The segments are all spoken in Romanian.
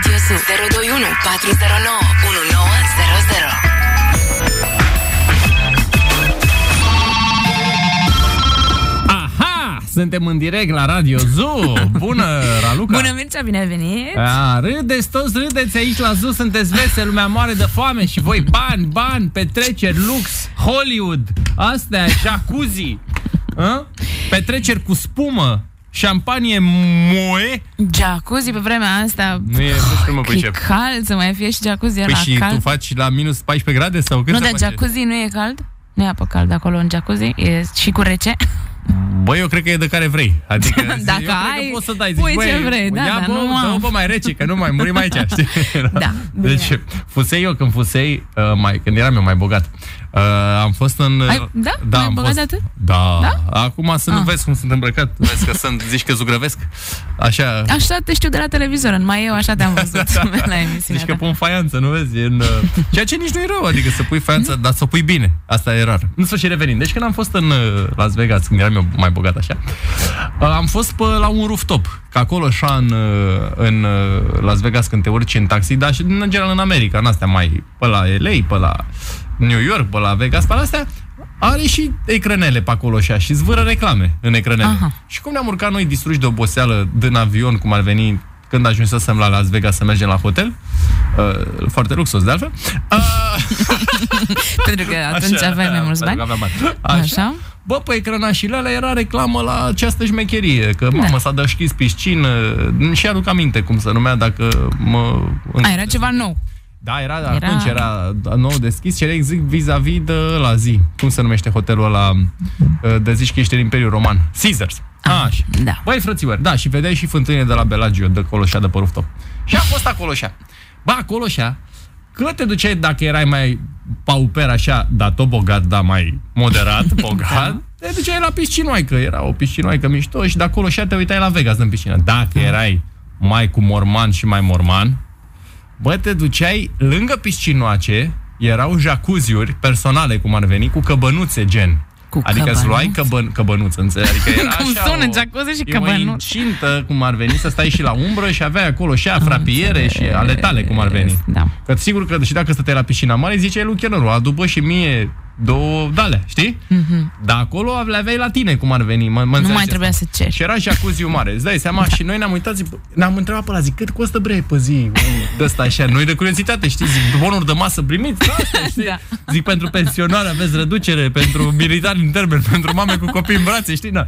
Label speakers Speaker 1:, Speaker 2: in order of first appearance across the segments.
Speaker 1: 021 409 1900.
Speaker 2: Aha! Suntem în direct la Radio Zoo! Bună, Raluca!
Speaker 3: Bună, Mircea, bine ai venit!
Speaker 2: A, râdeți toți, râdeți aici la Zoo, sunteți veseli, lumea moare de foame și voi bani, bani, petreceri, lux, Hollywood, astea, jacuzzi, a? petreceri cu spumă, șampanie moe.
Speaker 3: Jacuzzi pe vremea asta...
Speaker 2: Nu e, nu știu, mă
Speaker 3: că E
Speaker 2: pricep.
Speaker 3: cald să mai fie și jacuzzi
Speaker 2: Păi
Speaker 3: era
Speaker 2: și
Speaker 3: cald.
Speaker 2: tu faci la minus 14 grade sau cât
Speaker 3: nu,
Speaker 2: se
Speaker 3: dar
Speaker 2: face?
Speaker 3: jacuzzi nu e cald? Nu e apă caldă acolo în jacuzzi, e și cu rece.
Speaker 2: Băi, eu cred că e de care vrei. Adică,
Speaker 3: Dacă
Speaker 2: eu cred
Speaker 3: ai,
Speaker 2: că poți să dai, zici,
Speaker 3: pui
Speaker 2: băi,
Speaker 3: ce vrei, da,
Speaker 2: ia,
Speaker 3: dar
Speaker 2: bă,
Speaker 3: nu am.
Speaker 2: dă-o, bă, mai rece, că nu mai murim aici, știi?
Speaker 3: Da, bine.
Speaker 2: Deci, fusei eu când fusei, uh, mai, când eram eu mai bogat, uh, am fost în... uh,
Speaker 3: Ai- da? Mai
Speaker 2: am
Speaker 3: bogat
Speaker 2: fost,
Speaker 3: de atât?
Speaker 2: Da.
Speaker 3: Da?
Speaker 2: Acum să nu
Speaker 3: Ah.
Speaker 2: vezi cum sunt îmbrăcat, vezi că sunt, zici că zugrăvesc, așa...
Speaker 3: Așa te știu de la televizor, în mai eu așa te-am văzut la emisiunea
Speaker 2: Zici Da. Deci că
Speaker 3: ta.
Speaker 2: pun faianță, nu vezi? E În, uh, ceea ce nici nu e rău, adică să pui faianță, dar să o pui bine. Asta e rar. În sfârșit revenind. Deci când am fost în uh, Las Vegas, când eram eu mai bogat așa, uh, am fost pe, la un rooftop. Că acolo așa în, uh, în uh, Las Vegas când te urci în taxi, dar și în general în America, în astea mai, pe la LA, pe la New York, pe la Vegas, pe la astea, are și ecranele pe acolo și așa, și zvâră reclame în ecranele.
Speaker 3: Aha.
Speaker 2: Și cum ne-am urcat noi distruși de oboseală din avion, cum ar veni când ajunsesem la Las Vegas să mergem la hotel, uh, foarte luxos de altfel, uh,
Speaker 3: Pentru că atunci
Speaker 2: Așa, da,
Speaker 3: aveai mai mulți bani.
Speaker 2: pentru că aveam bani. Așa.
Speaker 3: Așa.
Speaker 2: Bă, pe ecranașile alea era reclamă la această șmecherie, că da. mama s-a dășchis piscină, și aduc aminte cum se numea, dacă mă...
Speaker 3: A, era ceva nou.
Speaker 2: Da, era, era,
Speaker 3: Era-
Speaker 2: atunci era nou deschis și era exact vis-a-vis de la zi. Cum se numește hotelul ăla uh, de zici că ești în Imperiul Roman? Caesars. Ah, Așa.
Speaker 3: da.
Speaker 2: Băi, frăților, da, și vedeai și fântâne de la Bellagio, de Coloșa, de pe rooftop. Și a fost acolo așa. Ba, acolo așa, când te duceai dacă erai mai pauper așa, dar tot bogat, dar mai moderat, bogat,
Speaker 3: Da.
Speaker 2: te duceai la piscinoaică, era o piscinoaică mișto și de acolo așa te uitai la Vegas în piscină.
Speaker 3: Da.
Speaker 2: Dacă erai mai cu morman și mai morman, Bă, te duceai lângă piscinoace, erau jacuzziuri personale, cum ar veni, cu căbănuțe, gen.
Speaker 3: Cu
Speaker 2: adică îți luai
Speaker 3: căbănuțe?
Speaker 2: căbăn, căbănuță, înțelegi? Adică era
Speaker 3: Cum
Speaker 2: așa
Speaker 3: sună
Speaker 2: o-
Speaker 3: jacuzzi și
Speaker 2: e o
Speaker 3: căbănuțe.
Speaker 2: incintă, cum ar veni, să stai și la umbră și aveai acolo și a frapiere și ale tale, cum ar veni.
Speaker 3: Da.
Speaker 2: Că sigur că și dacă stăteai la piscina mare, ziceai lui Cheneru, adubă și mie două dale, știi? Mm-hmm. Dar acolo le aveai la tine, cum ar veni. Mă, mă
Speaker 3: Mhm. Nu
Speaker 2: înțelegi
Speaker 3: mai
Speaker 2: asta?
Speaker 3: trebuia să ceri. Da.
Speaker 2: Și era jacuzziul mare, îți dai seama? Și noi ne-am uitat, zic, bă, ne-am întrebat pe la zic, cât costă bre pe zi? De asta așa, noi de curiozitate, știi, zic, bonuri de masă primiți, da, asta, știi?
Speaker 3: Da.
Speaker 2: Zic, pentru pensionari aveți reducere, pentru militari în termen, pentru mame cu copii în brațe, știi, da.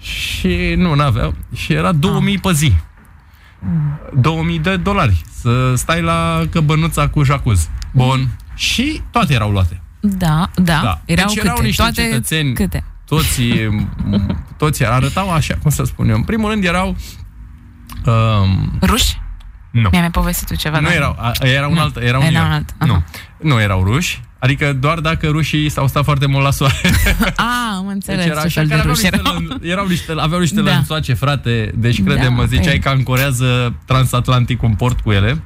Speaker 2: Și nu, n-aveau. Și era 2000 pe zi. 2000 de dolari să stai la căbănuța cu jacuz. Bun. Și toate erau luate.
Speaker 3: Da, da.
Speaker 2: Da.
Speaker 3: Erau
Speaker 2: Deci
Speaker 3: câte?
Speaker 2: erau niște
Speaker 3: Toate
Speaker 2: cetățeni
Speaker 3: câte?
Speaker 2: toți, m- toți arătau așa, cum să spun eu. În primul rând erau... Um,
Speaker 3: Ruși?
Speaker 2: nu.
Speaker 3: Mi-ai mai povestit tu ceva.
Speaker 2: Nu
Speaker 3: da?
Speaker 2: erau, a, era un
Speaker 3: Nu.
Speaker 2: alt, era un,
Speaker 3: Era
Speaker 2: New
Speaker 3: un
Speaker 2: York.
Speaker 3: alt, aha.
Speaker 2: Nu, nu erau ruși. Adică doar dacă rușii s-au stat foarte mult la soare.
Speaker 3: A, am înțeles
Speaker 2: Deci era
Speaker 3: ce
Speaker 2: așa,
Speaker 3: fel de
Speaker 2: care aveau
Speaker 3: ruși
Speaker 2: niște,
Speaker 3: erau.
Speaker 2: lân- erau niște, aveau niște
Speaker 3: Da.
Speaker 2: lănțoace, frate. Deci,
Speaker 3: Da,
Speaker 2: crede-mă, ziceai
Speaker 3: ei.
Speaker 2: că ancorează transatlantic un port cu ele.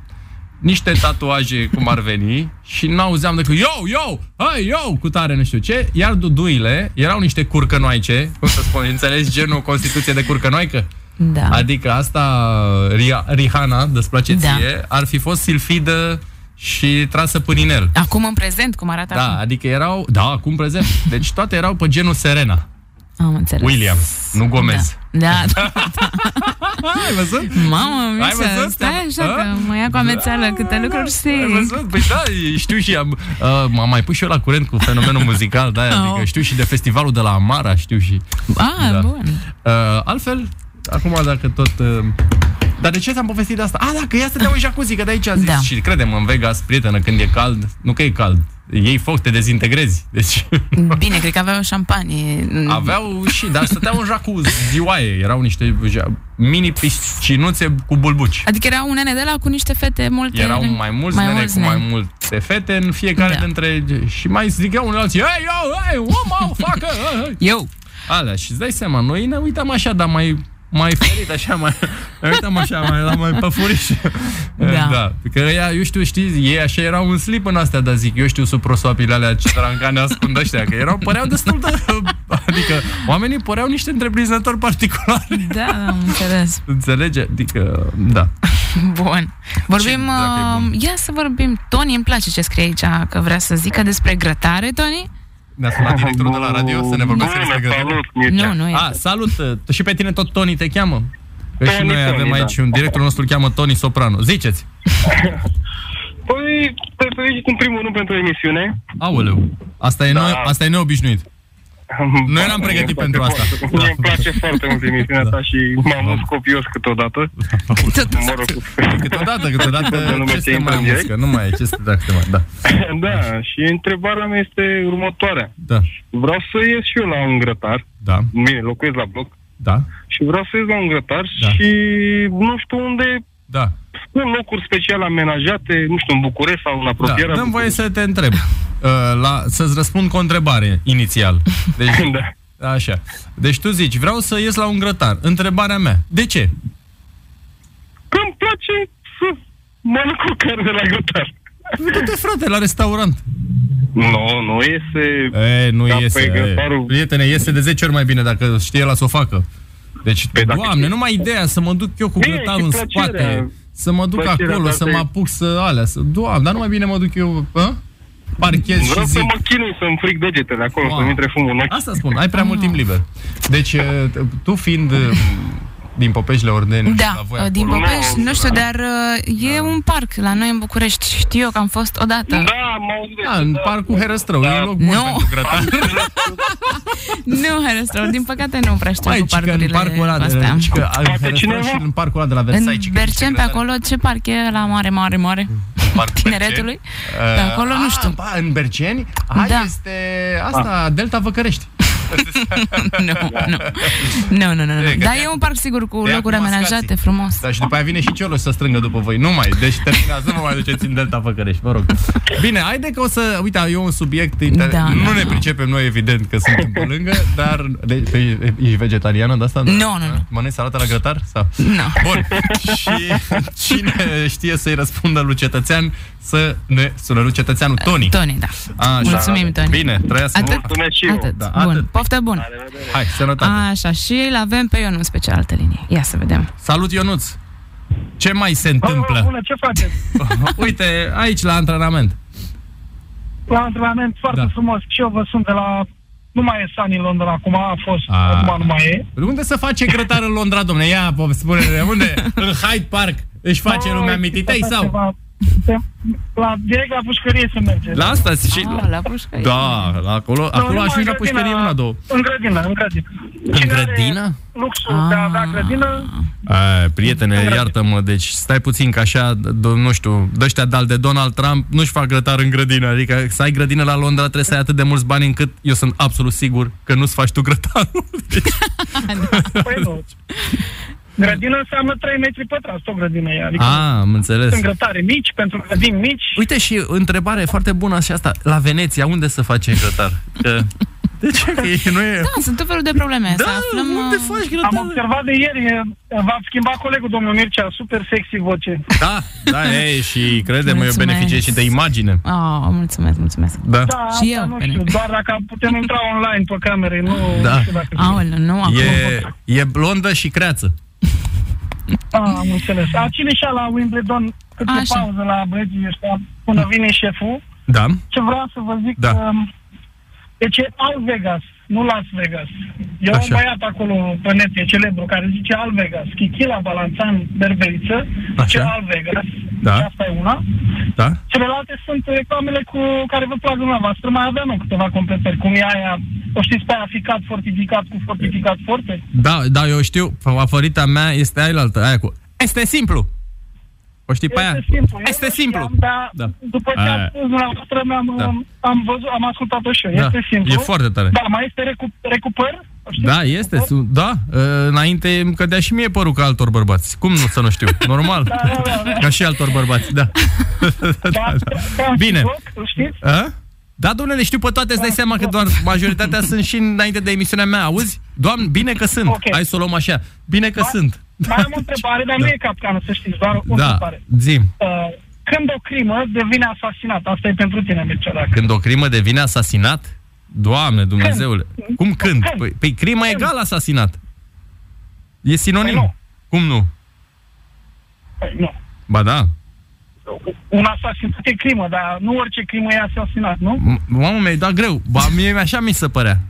Speaker 2: Niște tatuaje cum ar veni și n-auzeam decât yo, yo, hai, yo, cu tare nu știu ce. Iar duduile erau niște curcănoaice, cum să spun, înțelegi genul Constituție de curcănoaică?
Speaker 3: Da.
Speaker 2: Adică asta, Ria- Rihanna, despre ce
Speaker 3: Da.
Speaker 2: ție, ar fi fost silfidă și trasă până în el.
Speaker 3: Acum în prezent, cum arată
Speaker 2: Da,
Speaker 3: acum.
Speaker 2: adică erau, da, acum prezent. Deci toate erau pe genul Serena.
Speaker 3: Am înțeles.
Speaker 2: Williams, nu Gomez.
Speaker 3: Da, da. da.
Speaker 2: Ai văzut?
Speaker 3: Mamă,
Speaker 2: Ai
Speaker 3: Mircea,
Speaker 2: văzut?
Speaker 3: stai așa
Speaker 2: A?
Speaker 3: că mă ia cu amețeală câte lucruri
Speaker 2: Ai
Speaker 3: știi.
Speaker 2: văzut? Păi da, știu și am, uh, m-am mai pus și eu la curent cu fenomenul muzical, da, adică
Speaker 3: Oh.
Speaker 2: știu și de festivalul de la Amara, știu și...
Speaker 3: A,
Speaker 2: Da.
Speaker 3: bun.
Speaker 2: Uh, altfel, acum dacă tot... Uh, dar de ce ți-am povestit de asta? A, da, că ia să te un jacuzzi, că de aici a zis.
Speaker 3: Da.
Speaker 2: Și credem în Vegas, prietenă, când e cald, nu că e cald, ei foc, te dezintegrezi. Deci
Speaker 3: Bine, cred că aveau șampanie.
Speaker 2: aveau și, dar stăteau în jacuzzi, zioaie, erau niște ja- mini piscinuțe cu bulbuci.
Speaker 3: Adică erau un nene de la cu niște fete multe.
Speaker 2: Erau mai mulți mai
Speaker 3: mai
Speaker 2: nene
Speaker 3: mulți
Speaker 2: cu mai
Speaker 3: nene.
Speaker 2: multe fete în fiecare da.
Speaker 3: Da.
Speaker 2: dintre... Și mai ziceau unul alții, ei, eu, ei, om, facă! ei, ei."
Speaker 3: Eu.
Speaker 2: Alea, și îți dai seama, noi ne uitam așa, dar mai mai ferit, așa, mai, ne uitam așa, Da, mai, la mai păfuriș.
Speaker 3: Da.
Speaker 2: da. Că ea, eu știu, știi, ei așa erau în slip în astea, dar zic, eu știu, sub prosopile alea, ce trancane ascund ăștia, că erau, păreau destul de... Adică, oamenii păreau niște întreprinzători particulari.
Speaker 3: Da, am înțeles.
Speaker 2: Înțelege? Adică, da.
Speaker 3: Bun. Vorbim,
Speaker 2: dacă e
Speaker 3: uh,
Speaker 2: bun?
Speaker 3: ia să vorbim. Toni, îmi place ce scrie aici, că vrea să zică despre grătare, Toni?
Speaker 2: Ne-a sunat directorul de la radio să ne vorbească despre
Speaker 4: Bună,
Speaker 2: grădină.
Speaker 4: salut, Mircea.
Speaker 3: Nu, nu e.
Speaker 2: A, salut! uh, Și pe tine tot Tony te cheamă? Că și
Speaker 4: Tony,
Speaker 2: noi
Speaker 4: Tony,
Speaker 2: avem
Speaker 4: da.
Speaker 2: aici un directorul nostru îl cheamă Tony Soprano. Ziceți!
Speaker 4: Păi, te felicit în primul rând pentru emisiune.
Speaker 2: Aoleu, asta e, da. noi, asta e neobișnuit. Noi eram
Speaker 4: Mie
Speaker 2: pregătit
Speaker 4: îmi place
Speaker 2: pentru asta. Da.
Speaker 4: foarte- Mie îmi place foarte mult emisiunea ta și m-am mulțumit copios câteodată. Mă rog,
Speaker 2: Câteodată, câteodată,
Speaker 4: Toată lumea
Speaker 2: ce
Speaker 4: te
Speaker 2: este
Speaker 4: intră
Speaker 2: mai
Speaker 4: în
Speaker 2: muscă? Nu mai e, ce este dacă te mai... Da,
Speaker 4: da, și întrebarea mea este următoarea.
Speaker 2: da,
Speaker 4: Vreau să ies și eu la un grătar.
Speaker 2: da,
Speaker 4: Bine, locuiesc la bloc.
Speaker 2: da,
Speaker 4: Și vreau să ies la un grătar
Speaker 2: Da.
Speaker 4: da. și nu știu unde
Speaker 2: da.
Speaker 4: în locuri special amenajate, nu știu, în București sau în
Speaker 2: da.
Speaker 4: apropierea
Speaker 2: Dăm voie
Speaker 4: București.
Speaker 2: să te întreb. Uh, la, să-ți răspund cu o întrebare inițial. Deci,
Speaker 4: Da.
Speaker 2: Așa. Deci tu zici, vreau să ies la un grătar. Întrebarea mea, de ce?
Speaker 4: Că îmi place să mănânc cu carne la grătar.
Speaker 2: Du-te, frate, la restaurant.
Speaker 4: Nu, nu iese...
Speaker 2: E, nu
Speaker 4: Da,
Speaker 2: iese.
Speaker 4: păi,
Speaker 2: e.
Speaker 4: grătarul-
Speaker 2: Prietene, iese de 10 ori mai bine dacă știe la să o facă. Deci,
Speaker 4: Păi dacă
Speaker 2: doamne,
Speaker 4: știi.
Speaker 2: numai ideea să mă duc eu cu
Speaker 4: Bine,
Speaker 2: grătarul
Speaker 4: și
Speaker 2: în
Speaker 4: plăcerea.
Speaker 2: spate, să mă duc
Speaker 4: Plăcerea
Speaker 2: acolo,
Speaker 4: ta
Speaker 2: să
Speaker 4: te-
Speaker 2: mă apuc să alea, să... Doamne, dar numai bine mă duc eu, hă? Parchez
Speaker 4: Vreau
Speaker 2: și
Speaker 4: să
Speaker 2: zic.
Speaker 4: mă chinui să-mi fric degetele acolo,
Speaker 2: Wow.
Speaker 4: să-mi intre fumul în ochi.
Speaker 2: Asta spun, ai prea mult timp liber. Deci, e, tu fiind e, din Popeșile Ordeni, la
Speaker 3: Da,
Speaker 2: voi
Speaker 3: din
Speaker 2: acolo,
Speaker 3: Popești,
Speaker 4: Nu,
Speaker 3: nu știu, dar uh, e un parc la noi în București. Știu eu că am fost odată.
Speaker 4: Da, m auzit de
Speaker 2: da, în parcul Herăstrău, e un loc bun
Speaker 3: Nu.
Speaker 2: pentru grătar.
Speaker 3: Nu, Herăstrău, din păcate nu prea știu
Speaker 2: Mai,
Speaker 3: cu
Speaker 2: ci că
Speaker 3: parcurile
Speaker 2: în parcul ăla de,
Speaker 3: astea.
Speaker 2: ci că în
Speaker 4: Poate
Speaker 2: Herăstrău
Speaker 4: cineva?
Speaker 2: și în parcul ăla de la
Speaker 3: În
Speaker 2: Versailles. ci că niște
Speaker 3: Bercen, pe
Speaker 2: grătare.
Speaker 3: acolo, ce parc e la mare, mare, mare?
Speaker 2: Parc
Speaker 3: Tineretului?
Speaker 2: Berceni.
Speaker 3: Pe acolo, nu
Speaker 2: Ah,
Speaker 3: știu.
Speaker 2: ba, în Berceni? A, da.
Speaker 3: Da.
Speaker 2: este asta, Delta Văcărești.
Speaker 3: Nu, nu. Nu, nu, nu, nu.
Speaker 2: E,
Speaker 3: Dar
Speaker 2: că de-aia-
Speaker 3: Da, e un parc sigur cu
Speaker 2: de-aia
Speaker 3: locuri
Speaker 2: cu mascații.
Speaker 3: amenajate, frumos.
Speaker 2: Da, și după aia vine și Cioloș să strângă după voi. Nu mai, deci terminați, nu vă mai duceți în Delta Văcărești, vă rog. Bine, haide că o să, uite, e un subiect inter...
Speaker 3: Da,
Speaker 2: nu
Speaker 3: da,
Speaker 2: ne
Speaker 3: da.
Speaker 2: pricepem noi, evident, că suntem pe lângă, dar de, e, ești vegetariană de asta?
Speaker 3: Nu, nu, nu.
Speaker 2: Mănânci salată la grătar? Sau?
Speaker 3: Nu.
Speaker 2: Bun, și cine știe să-i răspundă lui cetățean, să ne sună lui cetățeanul Tony.
Speaker 3: Tony, da.
Speaker 2: Așa.
Speaker 3: Mulțumim, Toni.
Speaker 2: Bine, trăiască.
Speaker 3: Atât.
Speaker 2: mult.
Speaker 4: Mulțumesc și eu.
Speaker 3: Atât.
Speaker 2: Da,
Speaker 3: Bun,
Speaker 2: atât.
Speaker 3: poftă bună.
Speaker 2: Hai, sănătate.
Speaker 3: Așa, și îl avem pe Ionuț pe cealaltă linie. Ia să vedem.
Speaker 2: Salut, Ionuț! Ce mai se întâmplă?
Speaker 5: Bună, ce faceți?
Speaker 2: Uite, aici la antrenament.
Speaker 5: La antrenament foarte
Speaker 2: Da.
Speaker 5: da. frumos. Și eu vă sunt de la... Nu mai e Sunny London acum, a fost,
Speaker 2: A.
Speaker 5: a. acum nu mai e.
Speaker 2: Unde se face grătar în Londra, domne? Ia, po- spune-ne, unde? În Hyde Park își face
Speaker 5: Mai
Speaker 2: lumea
Speaker 5: e
Speaker 2: mititei
Speaker 5: ceva
Speaker 2: sau?
Speaker 5: ceva. Pe- La, direct la pușcărie se merge.
Speaker 2: La asta și...
Speaker 3: Oh, la pușcă.
Speaker 2: Da, la acolo,
Speaker 5: Nu,
Speaker 2: acolo
Speaker 5: numai
Speaker 2: aș fi la
Speaker 5: în grădina-
Speaker 2: pușcărie una, două.
Speaker 5: În grădină, în grădină.
Speaker 2: În grădină?
Speaker 5: Luxul de a
Speaker 3: Ah.
Speaker 5: avea grădină,
Speaker 2: A, prietene, iartă-mă, deci stai puțin că așa, d- nu știu, dăștea dal de Donald Trump nu-și fac grătar în grădină. Adică să ai grădină la Londra trebuie să ai atât de mulți bani încât eu sunt absolut sigur că nu-ți faci tu grătarul. Deci,
Speaker 5: păi nu. Grădină înseamnă 3 metri pătrați, o grădină e. Adică a.
Speaker 2: a, am înțeles.
Speaker 5: sunt grătare mici, pentru grădini mici.
Speaker 2: Uite și întrebare foarte bună și asta. La Veneția, unde se face grătar? Că... De ce? Că e- nu e...
Speaker 3: Da, sunt tot felul de probleme. să aflăm...
Speaker 2: unde
Speaker 3: uh,
Speaker 2: faci
Speaker 5: Am
Speaker 2: grătar?
Speaker 5: observat de ieri, e, v-a schimbat colegul domnul Mircea, super sexy voce.
Speaker 2: Da, da, e, și crede-mă, eu
Speaker 3: Mulțumesc.
Speaker 2: beneficiez și de imagine.
Speaker 3: Oh, mulțumesc, mulțumesc.
Speaker 2: Da.
Speaker 5: Da,
Speaker 3: Și
Speaker 5: asta
Speaker 3: eu,
Speaker 5: nu
Speaker 3: pe
Speaker 5: știu,
Speaker 3: lângă.
Speaker 5: doar dacă putem intra online pe camere, nu,
Speaker 2: Da.
Speaker 5: nu știu dacă...
Speaker 3: Aoleu, nu, acum.
Speaker 2: E, e blondă și creață.
Speaker 5: Ah, am înțeles. A, cine și-a la Wimbledon câte
Speaker 3: Așa.
Speaker 5: Așa. pauză la băieții ăștia până vine șeful?
Speaker 2: Da.
Speaker 5: Ce vreau să vă zic
Speaker 2: Da.
Speaker 5: că... Deci e Al Vegas, nu Las Vegas. E un
Speaker 2: Așa.
Speaker 5: băiat acolo pe net, e celebru, care zice Al Vegas. Chichila, Balanțan, Berberiță, ce
Speaker 2: Așa.
Speaker 5: Al Vegas.
Speaker 2: Da.
Speaker 5: Și asta e una.
Speaker 2: Da?
Speaker 5: Celelalte sunt reclamele cu care vă plac dumneavoastră. Mai aveam eu câteva completări, cum e aia, o știți pe aia ficat, fortificat, cu fortificat, forte?
Speaker 2: Da, da, eu știu, favorita mea este ailaltă, aia cu Este simplu! O știi pe aia?
Speaker 5: Este simplu. Eu
Speaker 2: Păi Este
Speaker 5: nu
Speaker 2: simplu!
Speaker 5: Știam, dar
Speaker 2: Da.
Speaker 5: da. după ce
Speaker 2: Aia.
Speaker 5: am spus dumneavoastră, mi-am,
Speaker 2: Da.
Speaker 5: am, am, văzut, am ascultat-o și eu.
Speaker 2: Da.
Speaker 5: Este simplu.
Speaker 2: E foarte tare.
Speaker 5: Da, mai este recu, recupăr? O știți?
Speaker 2: Da, este,
Speaker 5: Recupăr?
Speaker 2: sunt- da, uh, înainte îmi cădea și mie părul ca altor bărbați. Cum nu să nu știu? Normal.
Speaker 5: da, da, da.
Speaker 2: Ca și altor bărbați, da.
Speaker 5: Da, da, da.
Speaker 2: Bine.
Speaker 5: Loc, îl știți?
Speaker 2: A? Da, domnule, le știu pe toate, îți dai seama că doar majoritatea sunt și înainte de emisiunea mea, auzi? Doamne, bine că sunt.
Speaker 5: Ok.
Speaker 2: Hai să o luăm așa. Bine că sunt.
Speaker 5: Mai am o întrebare, dar nu e capcană, să știți, doar o
Speaker 2: Da,
Speaker 5: întrebare.
Speaker 2: zim.
Speaker 5: Uh, când o crimă devine asasinat, asta e pentru tine, Mircea, dacă...
Speaker 2: Când o crimă devine asasinat? Doamne, Dumnezeule. Cum când?
Speaker 5: Când?
Speaker 2: Păi, păi crima egal asasinat. E sinonim.
Speaker 5: Păi nu.
Speaker 2: Cum nu?
Speaker 5: Păi, nu.
Speaker 2: Ba da.
Speaker 5: Un asasin e crimă, dar nu orice crimă e asasinat, nu?
Speaker 2: M- Mamă, mi-ai dat greu. Ba, mie așa mi se părea.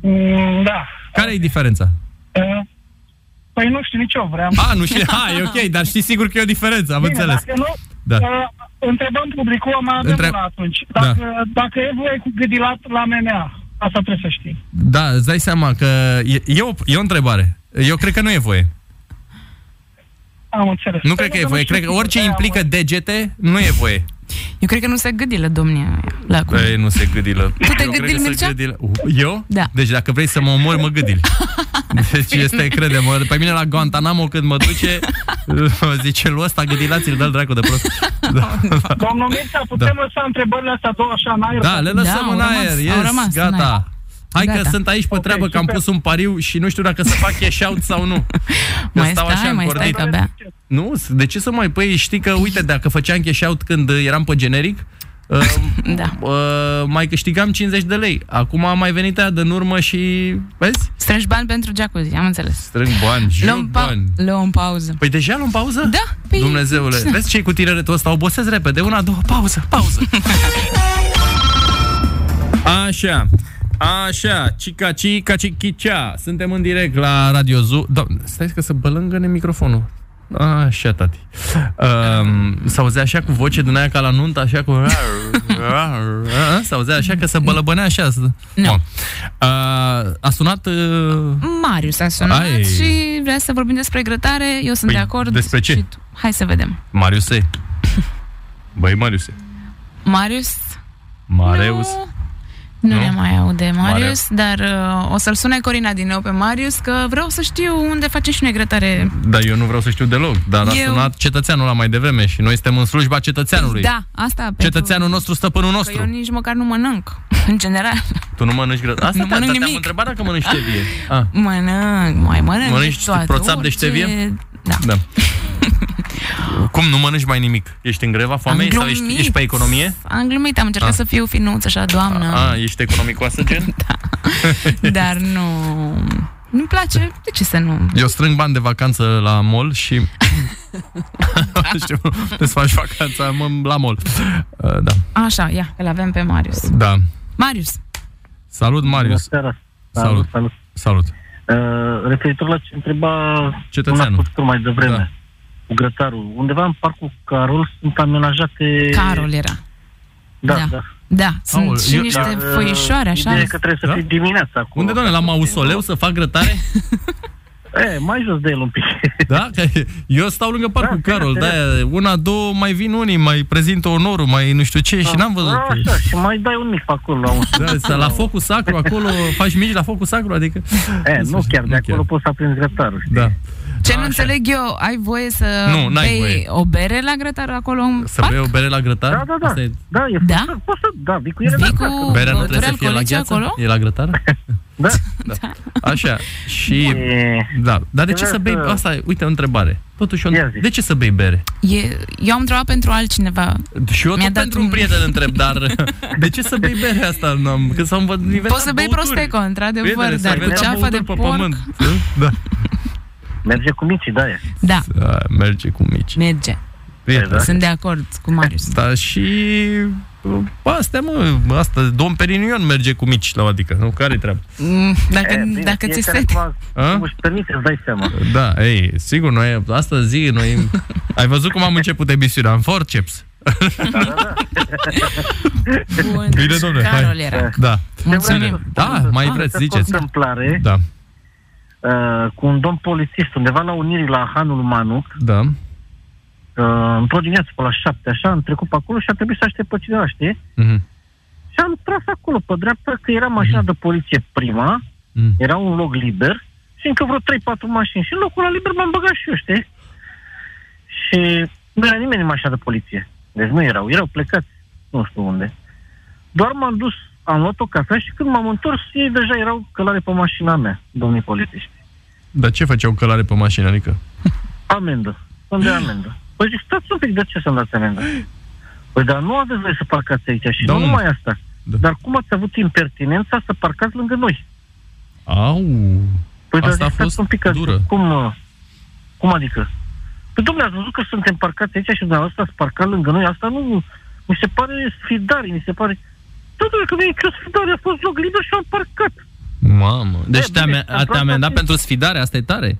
Speaker 5: Mm, da.
Speaker 2: Care e diferența?
Speaker 5: Uh, Păi nu știu nici eu, vreau.
Speaker 2: A, nu știu. Ha, e ok, dar știi sigur că e o diferență, am înțeles.
Speaker 5: Dacă nu,
Speaker 2: Da.
Speaker 5: da. uh, întrebăm publicul, mai avem
Speaker 2: Între-
Speaker 5: Între... una atunci. Dacă, da. dacă e voie cu gâdilat la MMA, asta trebuie să știi.
Speaker 2: Da, îți dai seama că e, e, o, e o întrebare. Eu cred că nu e voie.
Speaker 5: Am înțeles.
Speaker 2: Nu cred că e voie. Cred că orice implică degete, nu e voie.
Speaker 3: Eu cred că nu se gâdilă domnia aia la cum.
Speaker 2: Păi, nu se gâdilă.
Speaker 3: te
Speaker 2: Eu
Speaker 3: gâdili,
Speaker 2: cred că se
Speaker 3: Mircea?
Speaker 2: gâdilă. Eu?
Speaker 3: Da.
Speaker 2: Deci dacă vrei să mă omori, mă gâdili. Deci este, crede-mă, pe mine la Guantanamo când mă duce, zice, lu ăsta gâdilați-l, dă-l dracu de prost. Da, da.
Speaker 5: Domnul Mircea, putem da. lăsa întrebările astea două așa în aer?
Speaker 2: Da, le lăsăm
Speaker 3: Da,
Speaker 2: în
Speaker 3: au rămas,
Speaker 2: aer.
Speaker 3: au
Speaker 2: Yes,
Speaker 3: rămas în aer.
Speaker 2: gata. Hai că
Speaker 3: Gata.
Speaker 2: sunt aici pe
Speaker 5: Ok,
Speaker 2: treabă, că am
Speaker 5: super.
Speaker 2: pus un pariu și nu știu dacă să fac cash out sau nu. Că
Speaker 3: Mai stai, mai stai
Speaker 2: încordit.
Speaker 3: că abia.
Speaker 2: Nu, s- de ce să mai... Păi știi că, uite, dacă făceam cash out când uh, eram pe generic, uh,
Speaker 3: Da.
Speaker 2: uh, mai câștigam 50 de lei. Acum a mai venit aia de în urmă și... Vezi?
Speaker 3: Strângi bani pentru jacuzzi, am înțeles.
Speaker 2: Strâng bani,
Speaker 3: Luăm,
Speaker 2: jur
Speaker 3: pa-
Speaker 2: bani.
Speaker 3: luăm pauză.
Speaker 2: Păi deja luăm pauză?
Speaker 3: Da, păi-
Speaker 2: Dumnezeule, vezi ce cu tineretul ăsta? Obosesc repede. Una, două, pauză, pauză. Așa. Așa, cica, cica, cichicea. Suntem în direct la Radio Zoo. Doamne, stai că să bălângăne microfonul. Așa, tati. Um, s-auzea așa cu voce din aia ca la nuntă, așa cu... S-auzea așa că se bălăbânea așa.
Speaker 3: Nu.
Speaker 2: Bun. Uh, a sunat... Uh...
Speaker 3: Mm, Marius a sunat
Speaker 2: Ai.
Speaker 3: Ai. și vrea să vorbim despre grătare, eu sunt
Speaker 2: Păi,
Speaker 3: de acord.
Speaker 2: despre ce?
Speaker 3: Și tu. Hai să vedem.
Speaker 2: Mariuse. Băi, Mariuse.
Speaker 3: Marius?
Speaker 2: Mareus.
Speaker 3: Nu,
Speaker 2: Nu?
Speaker 3: nu ne mai aude Marius, dar uh, o să-l sune Corina din nou pe Marius, că vreau să știu unde facem și noi grătare.
Speaker 2: Dar eu nu vreau să știu deloc. Dar a
Speaker 3: Eu-
Speaker 2: sunat cetățeanul la mai devreme și noi suntem în slujba cetățeanului.
Speaker 3: Da, asta pentru...
Speaker 2: Cetățeanul nostru, stăpânul
Speaker 3: Că
Speaker 2: nostru.
Speaker 3: eu nici măcar nu mănânc, în general.
Speaker 2: Tu nu mănânci grătar. Asta
Speaker 3: Nu
Speaker 2: te-a-
Speaker 3: mănânc
Speaker 2: te-am
Speaker 3: nimic.
Speaker 2: întrebat dacă mănânci tevie. Ah,
Speaker 3: Mănânc, mai mănânc.
Speaker 2: Mănânci
Speaker 3: toate,
Speaker 2: proțap de ștevie?
Speaker 3: orice- Da.
Speaker 2: da. Cum nu mănânci mai nimic? Ești în greva foamei sau ești, ești pe economie?
Speaker 3: Am glumit, am încercat
Speaker 2: Ah.
Speaker 3: să fiu finuță, așa, doamnă.
Speaker 2: A, ești economicoasă
Speaker 3: Da.
Speaker 2: gen? ah.
Speaker 3: Dar nu... Nu-mi place, de ce să nu?
Speaker 2: Eu strâng bani de vacanță la mall și... Nu știu, să faci vacanța mă, la mall. Uh, Da,
Speaker 3: Așa, ia, îl avem pe Marius.
Speaker 2: da.
Speaker 3: Marius,
Speaker 2: Salut, Marius.
Speaker 6: seara.
Speaker 2: Salut.
Speaker 6: salut.
Speaker 2: Salut.
Speaker 6: Uh, referitor la ce întreba un
Speaker 2: Cetățeanul.
Speaker 6: ascultător mai devreme,
Speaker 2: Da.
Speaker 6: da. cu grătarul. Undeva în parcul Carol sunt amenajate...
Speaker 3: Carol era.
Speaker 6: Da,
Speaker 3: da.
Speaker 6: da. da.
Speaker 3: Da, sunt
Speaker 2: Aoleu,
Speaker 3: și
Speaker 2: eu-
Speaker 3: niște
Speaker 6: Dar, uh,
Speaker 3: foișoare, așa.
Speaker 6: Ideea e că trebuie să
Speaker 2: Da?
Speaker 6: da? fii dimineața acolo.
Speaker 2: Unde, doamne, la mausoleu să fac grătare?
Speaker 6: E, mai jos de el un pic.
Speaker 2: Da? Că eu stau lângă parcul
Speaker 6: Da,
Speaker 2: Carol, da,
Speaker 6: da,
Speaker 2: una, două, mai vin unii, mai prezintă onorul, mai nu știu ce și n-am văzut.
Speaker 6: A, Ah, așa, și mai dai un mic pe acolo. La un...
Speaker 2: Da, să la focul sacru acolo, faci mici la focul sacru, adică...
Speaker 6: E, nu chiar, de
Speaker 2: Nu
Speaker 6: acolo
Speaker 2: chiar.
Speaker 6: poți să aprinzi grătarul. știi?
Speaker 2: Da.
Speaker 3: Ce nu
Speaker 2: Așa.
Speaker 3: înțeleg eu, ai voie să
Speaker 2: Nu, n-ai
Speaker 3: bei
Speaker 2: voie.
Speaker 3: o bere la grătar acolo în
Speaker 2: Să
Speaker 3: parc?
Speaker 2: bei o bere la grătar?
Speaker 6: Da, da, da.
Speaker 2: Asta e...
Speaker 6: Da, e
Speaker 3: Da?
Speaker 6: frumos, Poți să, da, vii cu ele.
Speaker 3: Vii
Speaker 6: da,
Speaker 3: cu
Speaker 2: Berea nu
Speaker 3: băuturi
Speaker 2: trebuie să fie la
Speaker 3: alcoolice
Speaker 2: gheață?
Speaker 3: acolo?
Speaker 2: E la grătar?
Speaker 6: Da.
Speaker 2: da. Așa. Și...
Speaker 6: E,
Speaker 2: Da. Dar de ce să bei...
Speaker 6: Vreau să-
Speaker 2: Asta e, uite, o întrebare. Totuși, o...
Speaker 6: Ia zi.
Speaker 2: de ce să bei bere?
Speaker 3: E, eu am întrebat pentru altcineva.
Speaker 2: Și eu
Speaker 3: Mi-a
Speaker 2: tot
Speaker 3: dat
Speaker 2: pentru
Speaker 3: un-
Speaker 2: un prieten întreb, dar de ce să bei bere asta? N-am- Că s-am văd nivelat
Speaker 3: Poți să bei
Speaker 2: băuturi.
Speaker 3: prosteco, într-adevăr,
Speaker 2: Prietene, s-au
Speaker 3: dar cu
Speaker 2: inventat
Speaker 3: ceafă de
Speaker 2: băuturi pe
Speaker 3: porc...
Speaker 2: pământ. Da.
Speaker 6: merge cu micii, da, e.
Speaker 3: Da,
Speaker 2: Da, merge cu mici.
Speaker 3: merge.
Speaker 6: Da.
Speaker 3: Exact. Sunt de acord cu Marius.
Speaker 2: Da, și... Bă, astea, mă, asta, domn Perinion merge cu mici la o adică, nu? Care-i treaba?
Speaker 3: Mm, Dacă,
Speaker 6: E, bine,
Speaker 3: dacă ți
Speaker 6: fiecare
Speaker 3: se...
Speaker 6: cum a-
Speaker 2: A?
Speaker 6: cum Își permite, îți dai seama.
Speaker 2: Da, ei, sigur, noi, asta zi, noi... Ai văzut cum am început emisiunea, în forceps.
Speaker 3: Bun.
Speaker 6: deci
Speaker 2: Bine, domnule, hai.
Speaker 3: Carol era.
Speaker 2: Da.
Speaker 3: Mulțumim.
Speaker 2: Da, mai vreți,
Speaker 6: O
Speaker 2: ziceți.
Speaker 6: întâmplare
Speaker 2: Da,
Speaker 6: uh, cu un domn polițist undeva la Unirii, la Hanul Manuc,
Speaker 2: da.
Speaker 6: uh, într-o dimineață pe la șapte, așa, am trecut pe acolo și a trebuit să aștept pe cineva, știi?
Speaker 2: Mhm.
Speaker 6: Și am tras acolo pe dreapta că era mașina de poliție prima,
Speaker 2: Mhm.
Speaker 6: era un loc liber și încă vreo 3-4 mașini. Și în locul ăla liber m-am băgat și eu, știi? Și nu era nimeni în mașina de poliție. Deci nu erau, erau plecați, nu știu unde. Doar m-am dus, am luat o cafea și când m-am întors, ei deja erau călare pe mașina mea, domnii polițiști.
Speaker 2: Dar ce făceau călare pe mașină, adică?
Speaker 6: Amendă. Unde e amendă? Păi zic, stați un pic, de ce să-mi dați amendă? Păi dar nu aveți voie să parcați aici și
Speaker 2: Domnul.
Speaker 6: nu numai asta.
Speaker 2: Da.
Speaker 6: Dar cum ați avut impertinența să parcați lângă noi?
Speaker 2: Au...
Speaker 6: Păi dar
Speaker 2: Asta
Speaker 6: zic,
Speaker 2: a fost
Speaker 6: stați un pic, adică,
Speaker 2: dură.
Speaker 6: cum, uh, cum adică? Păi, domnule, ați văzut că suntem parcați aici și dumneavoastră ați parcat lângă noi. Asta nu... Mi se pare sfidare, mi se pare... Da, domnule, că nu e nicio sfidare, a fost loc liber și am parcat.
Speaker 2: Mamă. Deci
Speaker 6: Da,
Speaker 2: te-a,
Speaker 6: bine,
Speaker 2: te-a
Speaker 6: aproape
Speaker 2: amendat
Speaker 6: fi-
Speaker 2: pentru sfidare, asta e tare.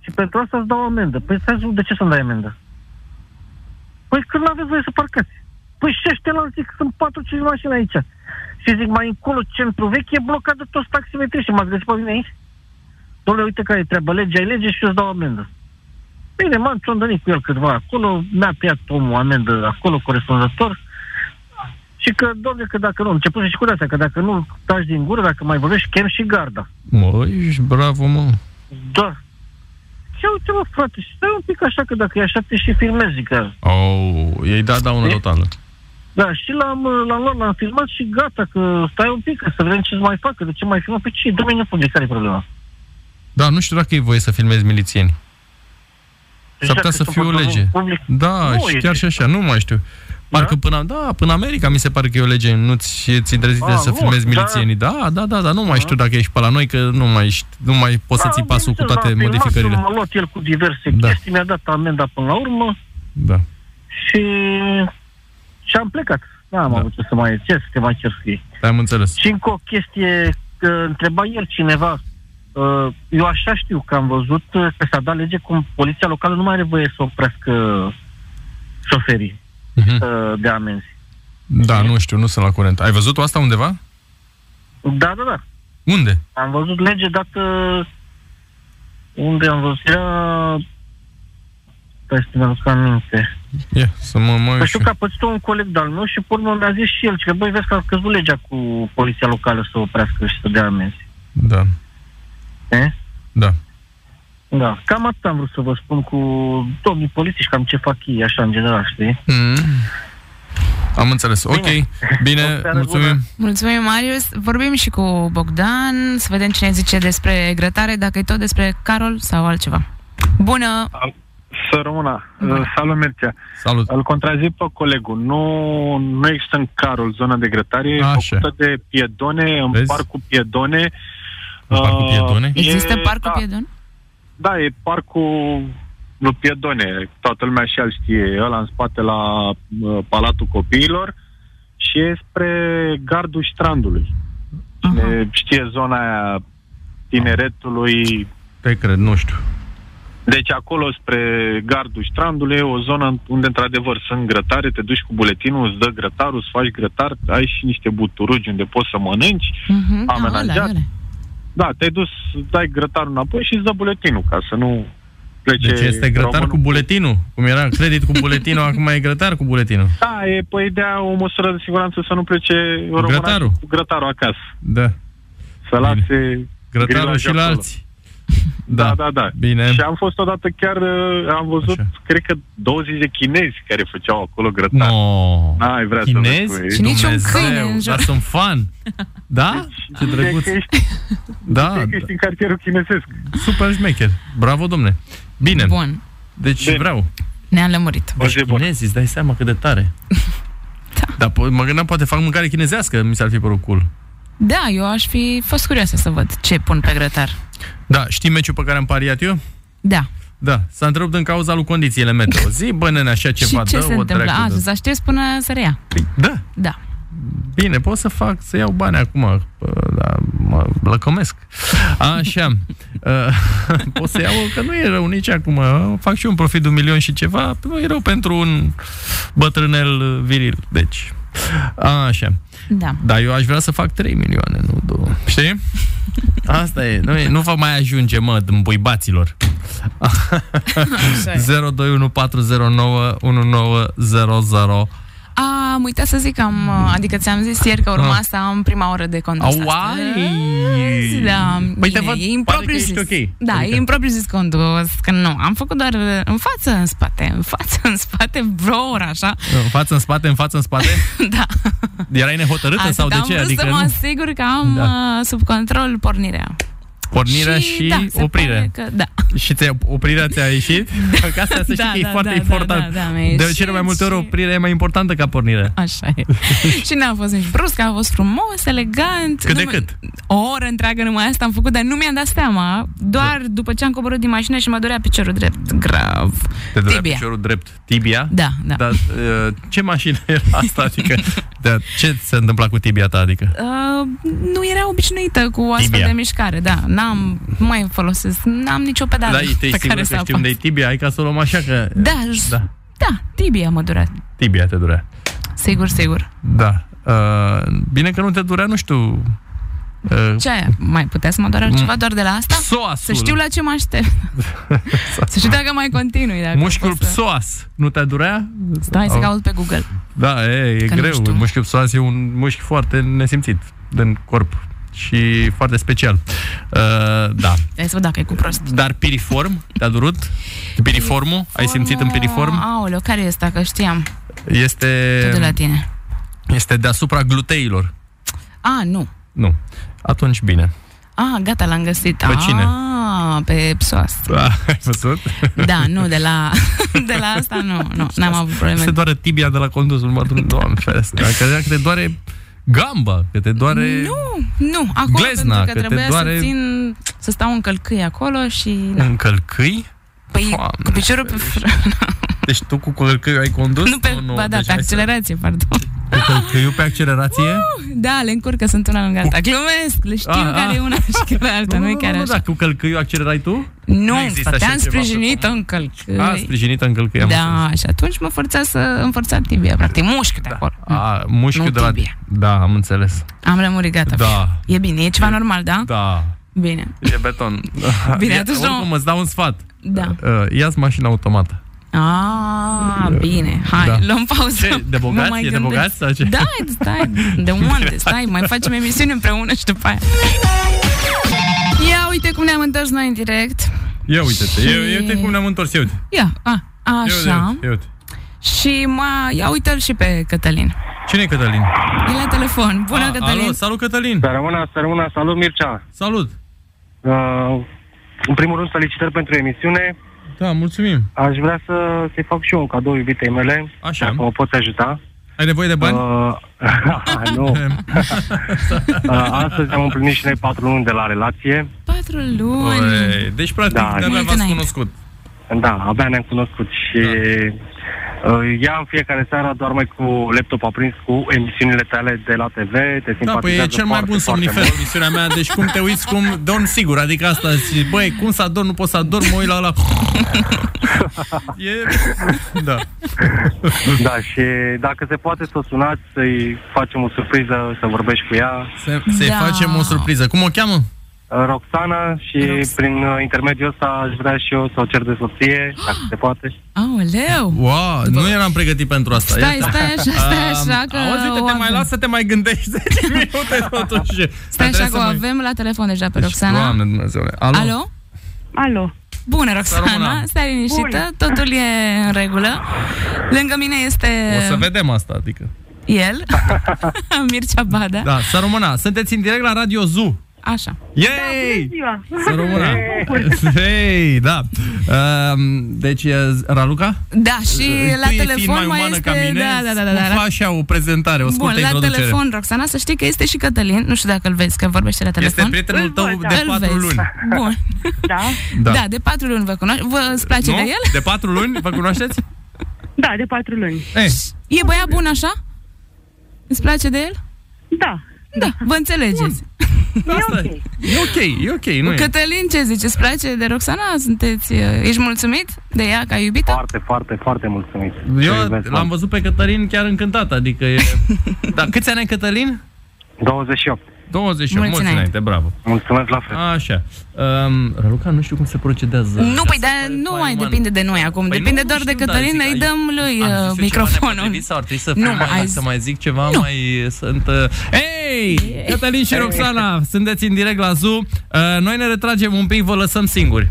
Speaker 6: Și pentru asta îți dau amendă. Păi stai zi, de ce să-mi dai amendă? Păi când n-aveți voie să parcați. Păi și ăștia la alții, că sunt 4-5 mașini aici. Și zic, mai încolo, centru vechi e blocat de toți taximetrii și m-ați găsit pe mine aici? Dom'le, uite care e treaba, legea e lege și eu îți dau amendă. Bine, m-am ciondănit cu el câtva acolo, mi-a piat omul amendă acolo corespunzător. Și că, domne, că dacă nu, începuse și cu astea, că dacă nu taci din gură, dacă mai vorbești, chem și garda.
Speaker 2: Mă, ești bravo, mă.
Speaker 6: Da. Ce uite mă, frate, și stai un pic așa, că dacă e așa, te și filmezi, zic el.
Speaker 7: Oh, ei da daună totală.
Speaker 6: Da, și l-am, l-am luat, l-am filmat și gata, că stai un pic, că să vedem ce mai facă, de ce mai filmăm, pe ce e domeniul public, care e problema?
Speaker 2: Da, nu știu dacă e voie să filmezi milițieni. S-ar putea
Speaker 6: Dacă
Speaker 2: să
Speaker 6: sunt
Speaker 2: fie o
Speaker 6: făcut
Speaker 2: lege.
Speaker 6: Public,
Speaker 2: Da,
Speaker 6: Nu
Speaker 2: nu și
Speaker 6: e.
Speaker 2: chiar și așa, nu mai știu. Parcă până, da, până America mi se pare că e o lege, nu ți ți
Speaker 6: A,
Speaker 2: îndrăzite să
Speaker 6: nu,
Speaker 2: filmezi
Speaker 6: da.
Speaker 2: milițienii. Da, da, da, dar nu mai știu dacă ești pe la noi, că nu mai, ști- nu mai poți să ții
Speaker 6: am
Speaker 2: pasul cu
Speaker 6: venit,
Speaker 2: toate
Speaker 6: l-am filmat,
Speaker 2: modificările.
Speaker 6: M-a luat el cu diverse
Speaker 2: Da.
Speaker 6: da. chestii, mi-a dat amenda până la urmă
Speaker 2: Da.
Speaker 6: și, și am plecat. N-am
Speaker 2: Da.
Speaker 6: avut ce să mai ce să te mai cer cu ei.
Speaker 2: Am înțeles.
Speaker 6: Și încă o chestie, că întreba ieri cineva, uh, eu așa știu că am văzut uh, că s-a dat lege cum poliția locală nu mai are voie să oprească șoferii
Speaker 2: Mhm.
Speaker 6: uh, de amenzi.
Speaker 2: Da, nu știu, nu sunt la curent. Ai văzut asta undeva?
Speaker 6: Da, da, da.
Speaker 2: Unde?
Speaker 6: Am văzut lege dată unde am văzut era stai să mi-am aminte.
Speaker 2: Ia, să mă mai
Speaker 6: Că știu că a pățit un coleg de-al meu și pe urmă mi-a zis și el, că băi, vezi că a căzut legea cu poliția locală să oprească și să dea amenzi.
Speaker 2: Da,
Speaker 6: Eh?
Speaker 2: da.
Speaker 6: Da, cam atât am vrut să vă spun cu domnii polițiști, cam ce fac ei, așa, în general, știi?
Speaker 2: Mm. Am înțeles. Ok, bine,
Speaker 6: seară
Speaker 2: mulțumim.
Speaker 6: bună.
Speaker 3: Mulțumim, Marius. Vorbim și cu Bogdan, să vedem ce ne zice despre grătare, dacă e tot despre Carol sau altceva. Bună!
Speaker 8: Să rămână. Salut, Mircea.
Speaker 2: Salut.
Speaker 8: Îl contrazic pe colegul. Nu, nu există în Carol zona de grătare, e
Speaker 2: Așa.
Speaker 8: făcută de piedone, în
Speaker 2: Vezi?
Speaker 8: Vezi? parc cu piedone.
Speaker 2: În parc cu
Speaker 8: Uh,
Speaker 2: piedone?
Speaker 3: Există parcul
Speaker 8: da,
Speaker 3: piedon?
Speaker 8: Da, e parcul lui Piedone, toată lumea și el știe, ăla în spate la uh, Palatul Copiilor și e spre gardul strandului. Cine știe zona aia tineretului,
Speaker 2: Te cred, nu știu.
Speaker 8: deci acolo spre gardul strandului e o zonă unde într-adevăr sunt grătare, te duci cu buletinul, îți dă grătarul, îți faci grătar, ai și niște buturugi unde poți să mănânci.
Speaker 3: Mhm, a,
Speaker 8: amenajat.
Speaker 3: ăla, ăla.
Speaker 8: Da, te-ai dus, dai grătarul înapoi și îți dă buletinul ca să nu plece
Speaker 2: Deci este grătar
Speaker 8: românul.
Speaker 2: cu buletinul. Cum era credit cu buletinul, acum e grătar cu buletinul.
Speaker 8: Da, e pe ideea o măsură de siguranță să nu plece românul
Speaker 2: grătarul.
Speaker 8: cu grătarul acasă.
Speaker 2: Da.
Speaker 8: Să lase
Speaker 2: Grătarul
Speaker 8: grilajul
Speaker 2: și la
Speaker 8: acolo.
Speaker 2: alții.
Speaker 8: Da, da, da.
Speaker 2: Bine.
Speaker 8: Și am fost odată chiar, uh, am văzut,
Speaker 2: Așa.
Speaker 8: Așa. cred că 20 de chinezi care făceau acolo grătar.
Speaker 2: No.
Speaker 8: N-ai vrea
Speaker 2: Chinezi?
Speaker 8: să vezi
Speaker 3: Și
Speaker 8: cu ei.
Speaker 3: niciun
Speaker 2: Dumnezeu,
Speaker 3: câine în jur.
Speaker 2: Dar sunt fan. Da? Ce drăguț.
Speaker 8: Că ești,
Speaker 2: Da,
Speaker 8: că ești în cartierul chinezesc.
Speaker 2: super șmecher. Bravo, domne. Bine.
Speaker 3: Bun,
Speaker 2: Deci
Speaker 8: Bine.
Speaker 2: vreau.
Speaker 3: ne-am lămurit.
Speaker 8: O zi bună.
Speaker 2: Chinezii, îți dai seama cât de tare. Da. Dar po- mă gândeam, poate fac mâncare chinezească, mi s-ar fi părut cool.
Speaker 3: Da, eu aș fi fost curioasă să văd ce pun pe grătar.
Speaker 2: Da, știi meciul pe care am pariat eu?
Speaker 3: Da.
Speaker 2: Da, s-a întrerupt din cauza lui condițiile meteo. Zi, bă, nene, așa ceva,
Speaker 3: și ce
Speaker 2: dă
Speaker 3: se
Speaker 2: o
Speaker 3: întâmplă?
Speaker 2: dracu
Speaker 3: A,
Speaker 2: de-
Speaker 3: să aștepți până să reia.
Speaker 2: Da,
Speaker 3: Da.
Speaker 2: bine, pot să fac, să iau bani acum, bă, da, mă lăcomesc. Așa, uh, pot să iau, că nu e rău nici acum, ă, fac și eu un profit de un milion și ceva, nu e rău pentru un bătrânel viril, deci... Așa,
Speaker 3: Da.
Speaker 2: dar eu aș vrea să fac 3 milioane, nu 2. Știi? Asta e, nu, e, nu vă mai ajunge, mă, din buibaților. 0214091900
Speaker 3: Am uitat să zic, am, adică ți-am zis ieri că urma
Speaker 2: Ah.
Speaker 3: să am prima oră de contest
Speaker 2: Auai!
Speaker 3: astăzi. Da,
Speaker 2: Păi
Speaker 3: bine,
Speaker 2: te văd,
Speaker 3: e
Speaker 2: pare
Speaker 3: impropriu
Speaker 2: că ești
Speaker 3: zis.
Speaker 2: ok.
Speaker 3: Da,
Speaker 2: Adică-
Speaker 3: e impropriu zis condus, că nu, am făcut doar în față, în spate, în față, în spate, vreo oră, așa.
Speaker 2: În față, în spate, în față, în spate?
Speaker 3: Da,
Speaker 2: Erai nehotărâtă
Speaker 3: Asta
Speaker 2: sau de
Speaker 3: am
Speaker 2: ce?
Speaker 3: vrut
Speaker 2: Adică
Speaker 3: să mă
Speaker 2: nu?
Speaker 3: asigur că am
Speaker 2: Da.
Speaker 3: uh, sub control pornirea.
Speaker 2: Pornirea și,
Speaker 3: da, se
Speaker 2: oprire.
Speaker 3: pare Că, da.
Speaker 2: Și ți oprirea ți-a ieșit? Că asta să știi
Speaker 3: Da,
Speaker 2: că e
Speaker 3: da,
Speaker 2: foarte
Speaker 3: da,
Speaker 2: important.
Speaker 3: da, da, da, mi-a
Speaker 2: de
Speaker 3: ieșit
Speaker 2: cele mai multe ori
Speaker 3: și-
Speaker 2: oprirea e mai importantă ca pornirea.
Speaker 3: Așa e. și n-a fost nici brusc, a fost frumos, elegant.
Speaker 2: Cât de
Speaker 3: Nu mi-
Speaker 2: cât?
Speaker 3: O oră întreagă numai asta am făcut, dar nu mi-am dat seama. Doar
Speaker 2: Da.
Speaker 3: după ce am coborât din mașină și mă durea piciorul drept. Grav.
Speaker 2: Te durea
Speaker 3: Tibia.
Speaker 2: piciorul drept. Tibia?
Speaker 3: Da, da.
Speaker 2: Dar uh, ce mașină era asta? Adică, da, ce se întâmpla cu tibia ta? Adică,
Speaker 3: Uh, nu era obișnuită cu o astfel
Speaker 2: Tibia.
Speaker 3: de mișcare, da. N-am, nu mai folosesc, n-am nicio pedală
Speaker 2: da, te
Speaker 3: pe
Speaker 2: sigur
Speaker 3: care
Speaker 2: că
Speaker 3: să
Speaker 2: știm
Speaker 3: apas.
Speaker 2: unde e tibia, hai ca să o luăm așa că...
Speaker 3: Da,
Speaker 2: Da.
Speaker 3: da. da, tibia mă durea.
Speaker 2: Tibia te durea.
Speaker 3: Sigur, sigur.
Speaker 2: Da. Uh, bine că nu te durea, nu știu... Uh,
Speaker 3: Ce aia? Mai putea să mă doară
Speaker 2: Mm.
Speaker 3: ceva doar de la asta? Să
Speaker 2: psoasul.
Speaker 3: știu la ce mă aștept. să știu dacă mai continui. Dacă
Speaker 2: Mușchiul
Speaker 3: pot să...
Speaker 2: psoas. Nu te durea?
Speaker 3: Stai să
Speaker 2: Au-
Speaker 3: caut pe Google.
Speaker 2: Da, e, e
Speaker 3: Că nu
Speaker 2: greu.
Speaker 3: știu.
Speaker 2: Mușchiul psoas e un mușchi foarte nesimțit în corp și foarte special. Uh, da.
Speaker 3: Hai să văd dacă e cu prost.
Speaker 2: Dar piriform, te-a durut? Piriformul? Ai simțit în piriform?
Speaker 3: Aoleu, care e asta? Că știam.
Speaker 2: Este,
Speaker 3: Tot de la tine.
Speaker 2: este deasupra gluteilor.
Speaker 3: A, nu.
Speaker 2: Nu. Atunci bine.
Speaker 3: A, gata, l-am găsit.
Speaker 2: Pe cine?
Speaker 3: A, pe psoas.
Speaker 2: Da, ai văzut?
Speaker 3: Da, nu, de la, de la asta nu, nu, n-am avut
Speaker 2: Se
Speaker 3: probleme.
Speaker 2: doare tibia de la condusul. Mă adun, doamne, ferească. Credeam că te doare gamba, că te doare...
Speaker 3: Nu, nu, acolo
Speaker 2: Glezna,
Speaker 3: pentru
Speaker 2: că
Speaker 3: că,
Speaker 2: te
Speaker 3: trebuia
Speaker 2: doare- Mm.
Speaker 3: să țin, să stau în călcâi acolo și... Da.
Speaker 2: În călcâi?
Speaker 3: Păi,
Speaker 2: Doamne,
Speaker 3: cu piciorul pe frână,
Speaker 2: Deci tu cu călcâiul ai condus?
Speaker 3: nu pe, ba da,
Speaker 2: deci
Speaker 3: pe
Speaker 2: hai să-
Speaker 3: accelerație, pardon.
Speaker 2: Cu călcâiul pe accelerație?
Speaker 3: Da, le încurcă, sunt una lângă alta. Glumesc, le știu
Speaker 2: Ah, ah.
Speaker 3: care e una și care e alta, nu e chiar
Speaker 2: nu,
Speaker 3: așa.
Speaker 2: da, cu călcâiul accelerai tu?
Speaker 3: Nu,
Speaker 2: există
Speaker 3: făteam
Speaker 2: așa ceva pe
Speaker 3: sprijinită în
Speaker 2: A,
Speaker 3: călcâi.
Speaker 2: sprijinită în călcâi. am înțeles. Da.
Speaker 3: Da, și atunci mă forța să îmi forța tibia, practic, mușchi de acolo.
Speaker 2: A, mușchiul
Speaker 3: Nu
Speaker 2: de la...
Speaker 3: tibia.
Speaker 2: Da, am înțeles.
Speaker 3: Am rămurit, gata.
Speaker 2: Da.
Speaker 3: E bine, e ceva normal, da?
Speaker 2: Da.
Speaker 3: Bine,
Speaker 2: E beton.
Speaker 3: Bine,
Speaker 2: Ia-
Speaker 3: atunci nu-
Speaker 2: Oricum, îți dau un sfat.
Speaker 3: da.
Speaker 2: Uh, Ia-ți mașina automată.
Speaker 3: Ah, bine, hai,
Speaker 2: Da.
Speaker 3: luăm pauză.
Speaker 2: Ce,
Speaker 3: Mă
Speaker 2: de bogați?
Speaker 3: mai
Speaker 2: E de
Speaker 3: gândesc.
Speaker 2: bogați sau ce?
Speaker 3: Da, stai, de unde? Stai, mai facem emisiuni împreună și după aia. Ia uite cum ne-am întors noi în direct.
Speaker 2: Ia uite-te,
Speaker 3: Și-
Speaker 2: eu, uite cum ne-am întors, ia uite.
Speaker 3: Ia, a,
Speaker 2: Ia uite,
Speaker 3: așa.
Speaker 2: ia uite.
Speaker 3: Și ma, ia uite-l și pe Cătălin.
Speaker 2: Cine e Cătălin?
Speaker 3: E la telefon. Bună,
Speaker 2: A,
Speaker 3: Cătălin.
Speaker 2: Alo, salut Cătălin!
Speaker 9: Să rămână, să rămână. Salut, Mircea.
Speaker 2: Salut!
Speaker 9: Uh, în primul rând, felicitări pentru emisiune.
Speaker 2: Da, mulțumim.
Speaker 9: Aș vrea să, să-i fac și eu un cadou iubitei mele,
Speaker 2: Așa.
Speaker 9: dacă mă poți ajuta.
Speaker 2: Ai nevoie de Da, bani?
Speaker 9: Uh, nu. uh, astăzi am împlinit și noi patru luni de la relație.
Speaker 3: Patru luni.
Speaker 2: Oi, deci, practic,
Speaker 9: Da.
Speaker 2: de-abia
Speaker 3: Mult
Speaker 2: v-ați
Speaker 3: înainte.
Speaker 2: cunoscut.
Speaker 9: Da, abia ne-am cunoscut și
Speaker 2: Da.
Speaker 9: uh, ea în fiecare seară doarme cu laptop aprins cu emisiunile tale de la TV, te
Speaker 2: Da, păi e
Speaker 9: simpatizează
Speaker 2: cel mai
Speaker 9: foarte,
Speaker 2: bun
Speaker 9: foarte
Speaker 2: somnifer
Speaker 9: mult.
Speaker 2: emisiunea mea, deci cum te uiți, cum dorm sigur, adică asta și băi, cum să adorm, nu pot să adorm, mă uit la ăla. e... Da.
Speaker 9: Da, și dacă se poate să o sunați, să-i facem o surpriză, să vorbești cu ea.
Speaker 2: Să, să-i
Speaker 3: Da.
Speaker 2: facem o surpriză. Cum o cheamă?
Speaker 9: Uh, Roxana și prin uh, intermediul ăsta aș vrea și eu să o cer de soție, dacă se poate.
Speaker 3: Aoleu.
Speaker 2: Wow, nu eram pregătit pentru asta.
Speaker 3: Stai,
Speaker 2: Iată.
Speaker 3: stai așa, stai așa că
Speaker 2: Auzi, uite,
Speaker 3: o
Speaker 2: te mai
Speaker 3: avem.
Speaker 2: las să te mai gândești 10 minute totuși.
Speaker 3: Stai
Speaker 2: Dar trebuie
Speaker 3: așa
Speaker 2: să
Speaker 3: că o
Speaker 2: mai- Deci,
Speaker 3: avem la telefon deja pe Roxana.
Speaker 2: Doamne Dumnezeule. Alo?
Speaker 3: Alo?
Speaker 10: Alo.
Speaker 3: Bună,
Speaker 2: Româna.
Speaker 3: Roxana, stai liniștită, totul e în regulă. Lângă mine este
Speaker 2: O să vedem asta, adică.
Speaker 3: el, Mircea Bada.
Speaker 2: Da, să rămână. Sunteți în direct la Radio Zoo.
Speaker 3: Așa.
Speaker 2: Yay!
Speaker 10: Da, Ziua.
Speaker 2: Să rămână. Hei, da. Um, deci, uh, Raluca?
Speaker 3: Da, și la
Speaker 2: tu ești fiind
Speaker 3: telefon
Speaker 2: mai
Speaker 3: mai
Speaker 2: umană
Speaker 3: este...
Speaker 2: ca mine,
Speaker 3: da, da, da, da, da.
Speaker 2: spun, fă
Speaker 3: La...
Speaker 2: așa o prezentare, o
Speaker 3: Bun,
Speaker 2: scurtă
Speaker 3: la
Speaker 2: introducere.
Speaker 3: telefon, Roxana, să știi că este și Cătălin. Nu știu dacă îl vezi, că vorbește la telefon.
Speaker 2: Este prietenul
Speaker 10: Îl
Speaker 2: tău
Speaker 10: văd, da.
Speaker 2: de
Speaker 3: Îl
Speaker 2: patru
Speaker 3: vezi.
Speaker 2: luni.
Speaker 3: Bun.
Speaker 10: Da?
Speaker 2: Da.
Speaker 3: Da. de patru luni vă cunoaște. Vă îți place
Speaker 2: nu?
Speaker 3: de el?
Speaker 2: De patru luni? Vă cunoașteți?
Speaker 10: Da, de patru luni.
Speaker 2: Eh,
Speaker 3: E băiat bun așa? Îți place de el?
Speaker 10: Da.
Speaker 3: Da, vă înțelegeți.
Speaker 2: asta e. E ok, e ok, nu e.
Speaker 3: Cătălin, ce zici? Îți place de Roxana? Sunteți, uh, ești mulțumit de ea ca iubită?
Speaker 9: Foarte, foarte, foarte mulțumit. Te
Speaker 2: Eu
Speaker 9: iubesc
Speaker 2: l-am
Speaker 9: mult.
Speaker 2: văzut pe Cătălin chiar încântat, adică e... Dar câți ani ai Cătălin?
Speaker 9: 28.
Speaker 2: 28,
Speaker 3: Mulți
Speaker 2: mulți
Speaker 3: înainte.
Speaker 2: înainte, bravo.
Speaker 9: Mulțumesc la fel.
Speaker 2: Așa. Um, Raluca, nu știu cum se procedează.
Speaker 3: Nu, păi,
Speaker 2: Se
Speaker 3: dar
Speaker 2: Da. pare
Speaker 3: nu
Speaker 2: fain,
Speaker 3: mai
Speaker 2: man.
Speaker 3: depinde de noi acum.
Speaker 2: Păi
Speaker 3: depinde
Speaker 2: nu
Speaker 3: doar de
Speaker 2: știu, dar
Speaker 3: Cătălin,
Speaker 2: zic,
Speaker 3: îi
Speaker 2: ai-
Speaker 3: dăm lui
Speaker 2: Am zis eu
Speaker 3: uh,
Speaker 2: ceva
Speaker 3: microfonul.
Speaker 2: nepotrivit Sau ar trebui să,
Speaker 3: Nu,
Speaker 2: nu, mai,
Speaker 3: ai
Speaker 2: să
Speaker 3: zis.
Speaker 2: mai zic ceva nu. mai sunt... Uh, Hei! Cătălin și Roxana, sunteți în direct la Zoo. Uh, noi ne retragem un pic, vă lăsăm singuri.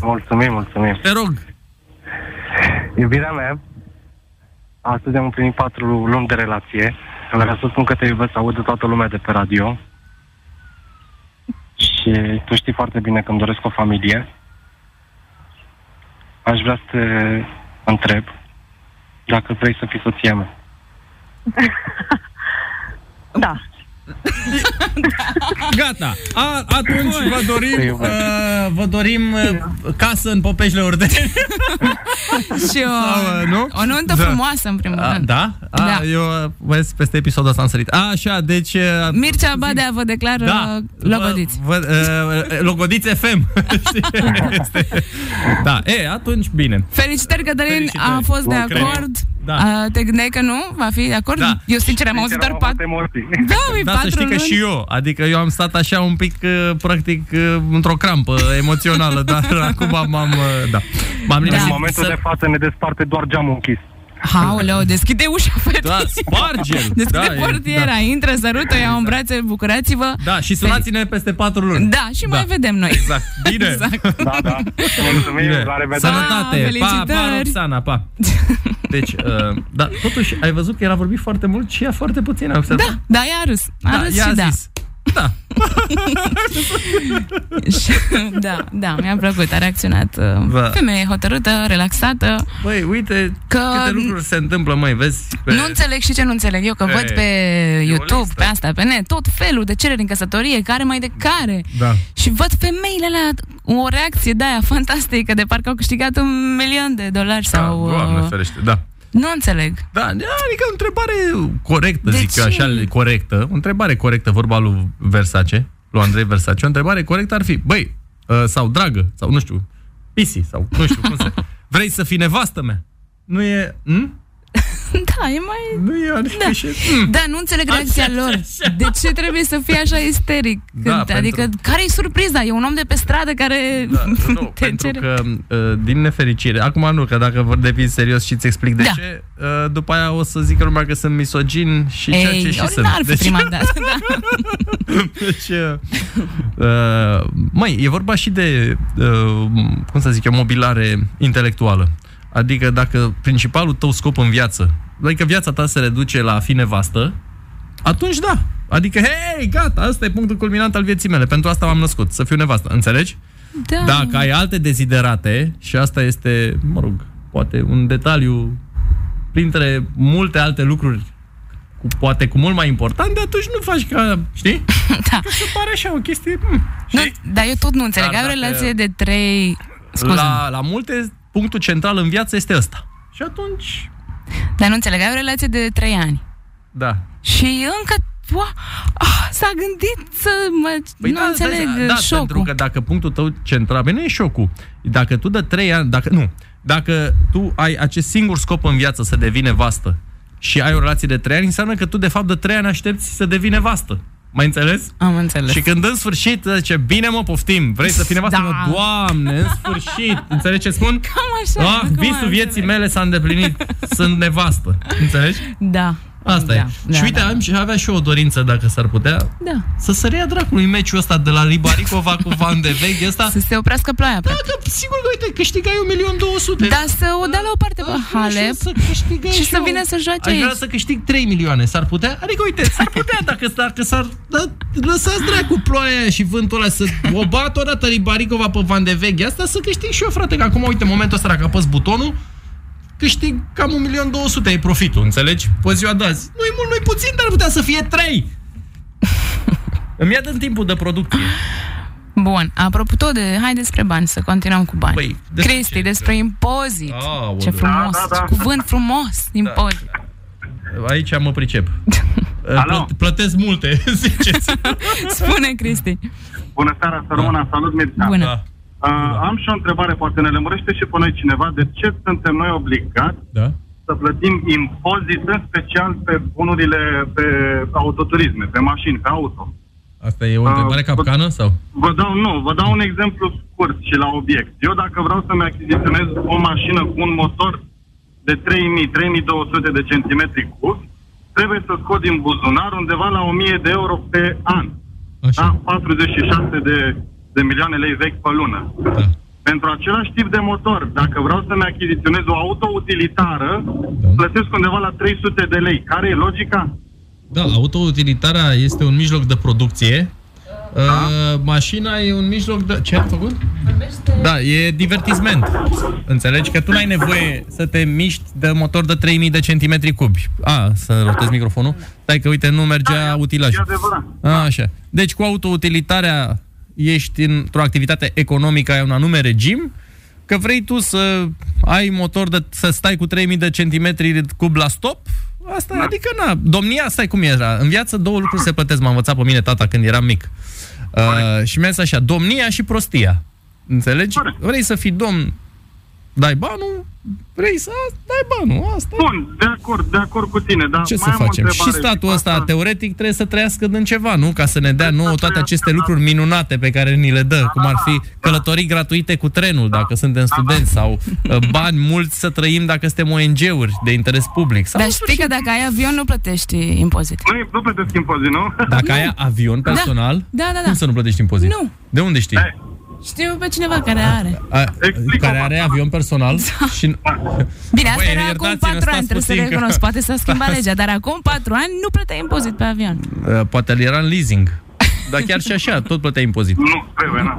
Speaker 9: Mulțumim, mulțumim.
Speaker 2: Te rog.
Speaker 9: Iubirea mea, astăzi am împlinit patru luni de relație. Vreau să spun că te iubesc, audă toată lumea de pe radio. Și tu știi foarte bine că îmi doresc o familie. Aș vrea să te întreb dacă vrei să fii soția mea.
Speaker 10: Da.
Speaker 2: Gata. A, atunci vă
Speaker 9: Te
Speaker 2: dorim,
Speaker 9: iubesc.
Speaker 2: uh, vă dorim uh, casă în Popeșle Ordeni.
Speaker 3: Și
Speaker 2: Sau,
Speaker 3: o,
Speaker 2: nu?
Speaker 3: o nuntă
Speaker 2: Da.
Speaker 3: frumoasă, în primul
Speaker 2: A,
Speaker 3: rând.
Speaker 2: da? A,
Speaker 3: Da.
Speaker 2: Eu, uh, vezi, peste episodul ăsta am sărit. A, așa, deci... uh,
Speaker 3: Mircea Badea vă declară
Speaker 2: Da,
Speaker 3: logodiți.
Speaker 2: Vă, vă, uh, logodiți FM. Știi? este. Da, e, atunci bine.
Speaker 3: Felicitări, Cătălin,
Speaker 2: Felicitări.
Speaker 3: a fost de
Speaker 2: Bun, cred.
Speaker 3: acord.
Speaker 2: Da.
Speaker 3: A, te gândeai că nu va fi de acord?
Speaker 2: Da.
Speaker 3: Eu, sincer, am auzit doar patru... Da, mi
Speaker 2: Da, să
Speaker 3: patru
Speaker 2: știi că
Speaker 3: luni.
Speaker 2: și eu, adică eu am stat așa un pic, uh, practic, uh, într-o crampă emoțională, dar acum m-am, uh, da, m-am
Speaker 9: În
Speaker 2: liniștit.
Speaker 9: momentul
Speaker 2: Să-
Speaker 9: de față ne desparte doar geamul închis.
Speaker 3: Haoleo, deschide ușa, fete.
Speaker 2: Da, spargem!
Speaker 3: Deschide
Speaker 2: da, e-
Speaker 3: portiera,
Speaker 2: Da.
Speaker 3: intră, sărută, ia în brațe, bucurați-vă.
Speaker 2: da, și sunați-ne peste patru luni.
Speaker 3: Da, și mai
Speaker 2: Da.
Speaker 3: vedem noi.
Speaker 2: Exact. Bine.
Speaker 3: Exact.
Speaker 9: Da, da. Mulțumim,
Speaker 2: Bine.
Speaker 9: la revedere.
Speaker 2: Sănătate. Pa, pa,
Speaker 3: felicitări.
Speaker 2: Roxana, pa. Deci, uh, da, totuși, ai văzut că el a vorbit foarte mult și ea foarte puțin, ai observat?
Speaker 3: Da, da, i-a râs. A râs
Speaker 2: ea
Speaker 3: și da.
Speaker 2: Exact. zis. Da.
Speaker 3: Și- da, da, mi-a plăcut, a reacționat. uh,
Speaker 2: Da.
Speaker 3: Femeie hotărâtă, relaxată.
Speaker 2: Băi, uite
Speaker 3: Că-
Speaker 2: câte lucruri se întâmplă, măi, vezi? Pe...
Speaker 3: Nu înțeleg și ce nu înțeleg eu, că
Speaker 2: E,
Speaker 3: văd pe YouTube,
Speaker 2: listă.
Speaker 3: pe asta, pe net, tot felul de cereri în căsătorie, care mai de care.
Speaker 2: Da.
Speaker 3: Și văd femeile alea, o reacție de aia fantastică, de parcă au câștigat un milion de dolari
Speaker 2: Da,
Speaker 3: sau... uh,
Speaker 2: ferește, da.
Speaker 3: nu înțeleg.
Speaker 2: Da, adică o întrebare corectă,
Speaker 3: De
Speaker 2: zic eu,
Speaker 3: ce?
Speaker 2: așa, corectă. O întrebare corectă, vorba lui Versace, lui Andrei Versace. O întrebare corectă ar fi, băi, uh, sau dragă, sau nu știu, pisi, sau nu știu cum se... Vrei să fii nevastă mea? Nu e... Hm?
Speaker 3: Da, e mai...
Speaker 2: Nu e adică da. și... Mm.
Speaker 3: Da, nu înțeleg reacția lor. De ce trebuie să fie așa isteric?
Speaker 2: Da,
Speaker 3: Când, adică,
Speaker 2: pentru-
Speaker 3: care-i surpriza? E un om de pe stradă care
Speaker 2: Da, nu,
Speaker 3: te
Speaker 2: pentru
Speaker 3: cere.
Speaker 2: că, uh, din nefericire, acum nu, că dacă vor devii serios și îți explic de
Speaker 3: Da.
Speaker 2: ce, uh, după aia o să zică lumea că sunt misogin și ceea ce
Speaker 3: Ei,
Speaker 2: și
Speaker 3: ori
Speaker 2: sunt.
Speaker 3: n-ar fi prima dată. Da.
Speaker 2: Deci, uh, uh, mai, e vorba și de, uh, cum să zic eu, mobilare intelectuală. Adică dacă principalul tău scop în viață, adică viața ta se reduce la a fi nevastă, atunci da. Adică, hei, gata, asta e punctul culminant al vieții mele. Pentru asta m-am născut, să fiu nevastă. Înțelegi?
Speaker 3: Da.
Speaker 2: Dacă ai alte deziderate, și asta este, mă rog, poate un detaliu printre multe alte lucruri cu, poate cu mult mai importante, atunci nu faci ca, știi?
Speaker 3: Da.
Speaker 2: Se pare așa o chestie... hmm.
Speaker 3: Nu, dar eu tot nu înțeleg.
Speaker 2: Dar
Speaker 3: Ai o
Speaker 2: dacă-
Speaker 3: relație de trei... Scuze,
Speaker 2: La, la multe, punctul central în viață este ăsta. Și atunci,
Speaker 3: dar nu înțeleg. Ai o relație de trei ani.
Speaker 2: da.
Speaker 3: Și încă... Ua, ah, s-a gândit să mă... nu
Speaker 2: da,
Speaker 3: înțeleg
Speaker 2: da, da,
Speaker 3: șocul.
Speaker 2: pentru că dacă punctul tău central, bine, nu e șocul. Dacă tu de trei ani, dacă nu, dacă tu ai acest singur scop în viață să devii nevastă și ai o relație de trei ani, înseamnă că tu de fapt de trei ani aștepți să devii nevastă. Mai înțeles?
Speaker 3: Am înțeles.
Speaker 2: Și când în sfârșit ă, zice, bine mă, poftim, vrei să fii nevastă?
Speaker 3: Da.
Speaker 2: Mă, Doamne, în sfârșit, înțelegi ce spun?
Speaker 3: Cam așa.
Speaker 2: Ah,
Speaker 3: acum
Speaker 2: visul
Speaker 3: am
Speaker 2: vieții
Speaker 3: înțeles.
Speaker 2: mele s-a îndeplinit, sunt nevastă, înțelegi?
Speaker 3: Da.
Speaker 2: Asta
Speaker 3: da,
Speaker 2: e.
Speaker 3: Da,
Speaker 2: și uite,
Speaker 3: da,
Speaker 2: am și avea și eu o dorință, dacă s-ar putea,
Speaker 3: da.
Speaker 2: să se rea dracului meciul ăsta de la Ribaricova cu Van de Vechi ăsta.
Speaker 3: Să se oprească ploaia. Da,
Speaker 2: Dacă, sigur că, uite, câștigai 1.200.000.
Speaker 3: Dar să o dea la o parte pe Halep
Speaker 2: Da, să câștigai
Speaker 3: și să
Speaker 2: eu.
Speaker 3: vină să joace
Speaker 2: Aș vrea
Speaker 3: aici.
Speaker 2: să câștig 3 milioane, s-ar putea? Adică, uite, s-ar putea dacă, dacă s-ar... Da, lăsați dracu ploaia aia și vântul ăla să o bat odată Ribaricova pe Van de Vechi asta, să câștig și eu, frate, că acum, uite, în momentul ăsta, dacă apăs butonul, câștig cam 1.200.000 e profitul, înțelegi? Pe ziua de azi. Nu-i mult, nu-i puțin, dar ar putea să fie 3. Îmi ia din timpul de producție.
Speaker 3: Bun, apropo tot de, hai despre bani, să continuăm cu bani.
Speaker 2: Băi, Păi, despre
Speaker 3: Cristi,
Speaker 2: ce?
Speaker 3: despre impozit.
Speaker 2: Deci- Aoleu. Da.
Speaker 3: ce frumos, da, da, da. cuvânt frumos, impozit.
Speaker 2: Aici mă pricep. Ă, Plă- plătesc multe, ziceți.
Speaker 3: Spune, Cristi.
Speaker 11: Bună seara, să rămână. Salut, Mircea.
Speaker 3: Bună.
Speaker 2: Da.
Speaker 11: Uh, am și o întrebare, poate ne lămurește și pe noi cineva. De ce suntem noi obligați
Speaker 2: da.
Speaker 11: să plătim impozit, în special pe bunurile, pe autoturisme, pe mașini, pe auto?
Speaker 2: Asta e o
Speaker 11: Ah,
Speaker 2: întrebare capcană sau?
Speaker 11: Vă dau, nu, vă dau un exemplu scurt și la obiect. Eu dacă vreau să-mi achiziționez o mașină cu un motor de 3000-3200 de centimetri cub, trebuie să scot din buzunar undeva la 1000 de euro pe an. Da? 46 de, de milioane lei vechi pe lună.
Speaker 2: Da.
Speaker 11: Pentru același tip de motor, dacă vreau să-mi achiziționez o auto utilitară,
Speaker 2: Da.
Speaker 11: plătesc undeva la 300 de lei. Care e logica?
Speaker 2: Da, autoutilitarea
Speaker 3: Ah.
Speaker 2: Ă, este un mijloc de producție. Da. Uh, mașina e un mijloc de... Ce am făcut? Da, e divertisment. Înțelegi că tu n-ai nevoie să te miști de motor de 3000 de centimetri cubi. A, să rotez microfonul. Stai că, uite, nu mergea utilajul.
Speaker 11: adevărat.
Speaker 2: A, Așa. Deci cu autoutilitarea ești într-o activitate economică, ai un anume regim, că vrei tu să ai motor de, să stai cu 3000 de centimetri cub la stop, asta, da. adică na, domnia, stai cum era. În viață două lucruri se plătesc, m-a învățat pe mine tata când eram mic. Uh, și mi-a zis așa, domnia și prostia. Înțelegi?
Speaker 11: Corect.
Speaker 2: Vrei să fii domn, dai banul, vrei să dai banul, asta
Speaker 11: Bun, de acord, de acord cu tine, dar
Speaker 2: ce
Speaker 11: mai
Speaker 2: să
Speaker 11: am o
Speaker 2: facem?
Speaker 11: întrebare
Speaker 2: Și statul
Speaker 11: zic,
Speaker 2: ăsta, teoretic, trebuie să trăiască din ceva, nu? Ca să ne dea
Speaker 11: Trebuie
Speaker 2: nouă
Speaker 11: să
Speaker 2: toate
Speaker 11: trăiască,
Speaker 2: aceste
Speaker 11: da.
Speaker 2: lucruri minunate pe care ni le dă, cum ar fi
Speaker 11: da.
Speaker 2: călătorii gratuite cu trenul, dacă suntem
Speaker 11: da.
Speaker 2: studenți, sau uh, bani mulți să trăim dacă suntem ONG-uri de interes public, sau
Speaker 3: Dar știi că dacă ai avion, nu plătești impozit.
Speaker 11: Nu, nu plătesc impozit, nu?
Speaker 2: dacă ai avion personal,
Speaker 3: Da, da, da.
Speaker 2: cum să nu plătești impozit?
Speaker 3: Nu.
Speaker 2: De unde știi?
Speaker 11: Hai.
Speaker 3: Știu pe cineva care
Speaker 2: Ah.
Speaker 3: are.
Speaker 2: A,
Speaker 11: Explică-mă. da.
Speaker 2: care are avion personal și...
Speaker 3: Bine, asta
Speaker 2: Băi,
Speaker 3: era acum
Speaker 2: iertați-ne,
Speaker 3: patru ani,
Speaker 2: stați
Speaker 3: trebuie să
Speaker 2: puțin că-
Speaker 3: recunosc. Poate s-a schimbat legea, dar acum patru ani nu plăteai impozit pe avion.
Speaker 2: Uh, Poate era în leasing. Dar chiar și așa, tot plăteai impozit.
Speaker 11: Nu, trebuie, na.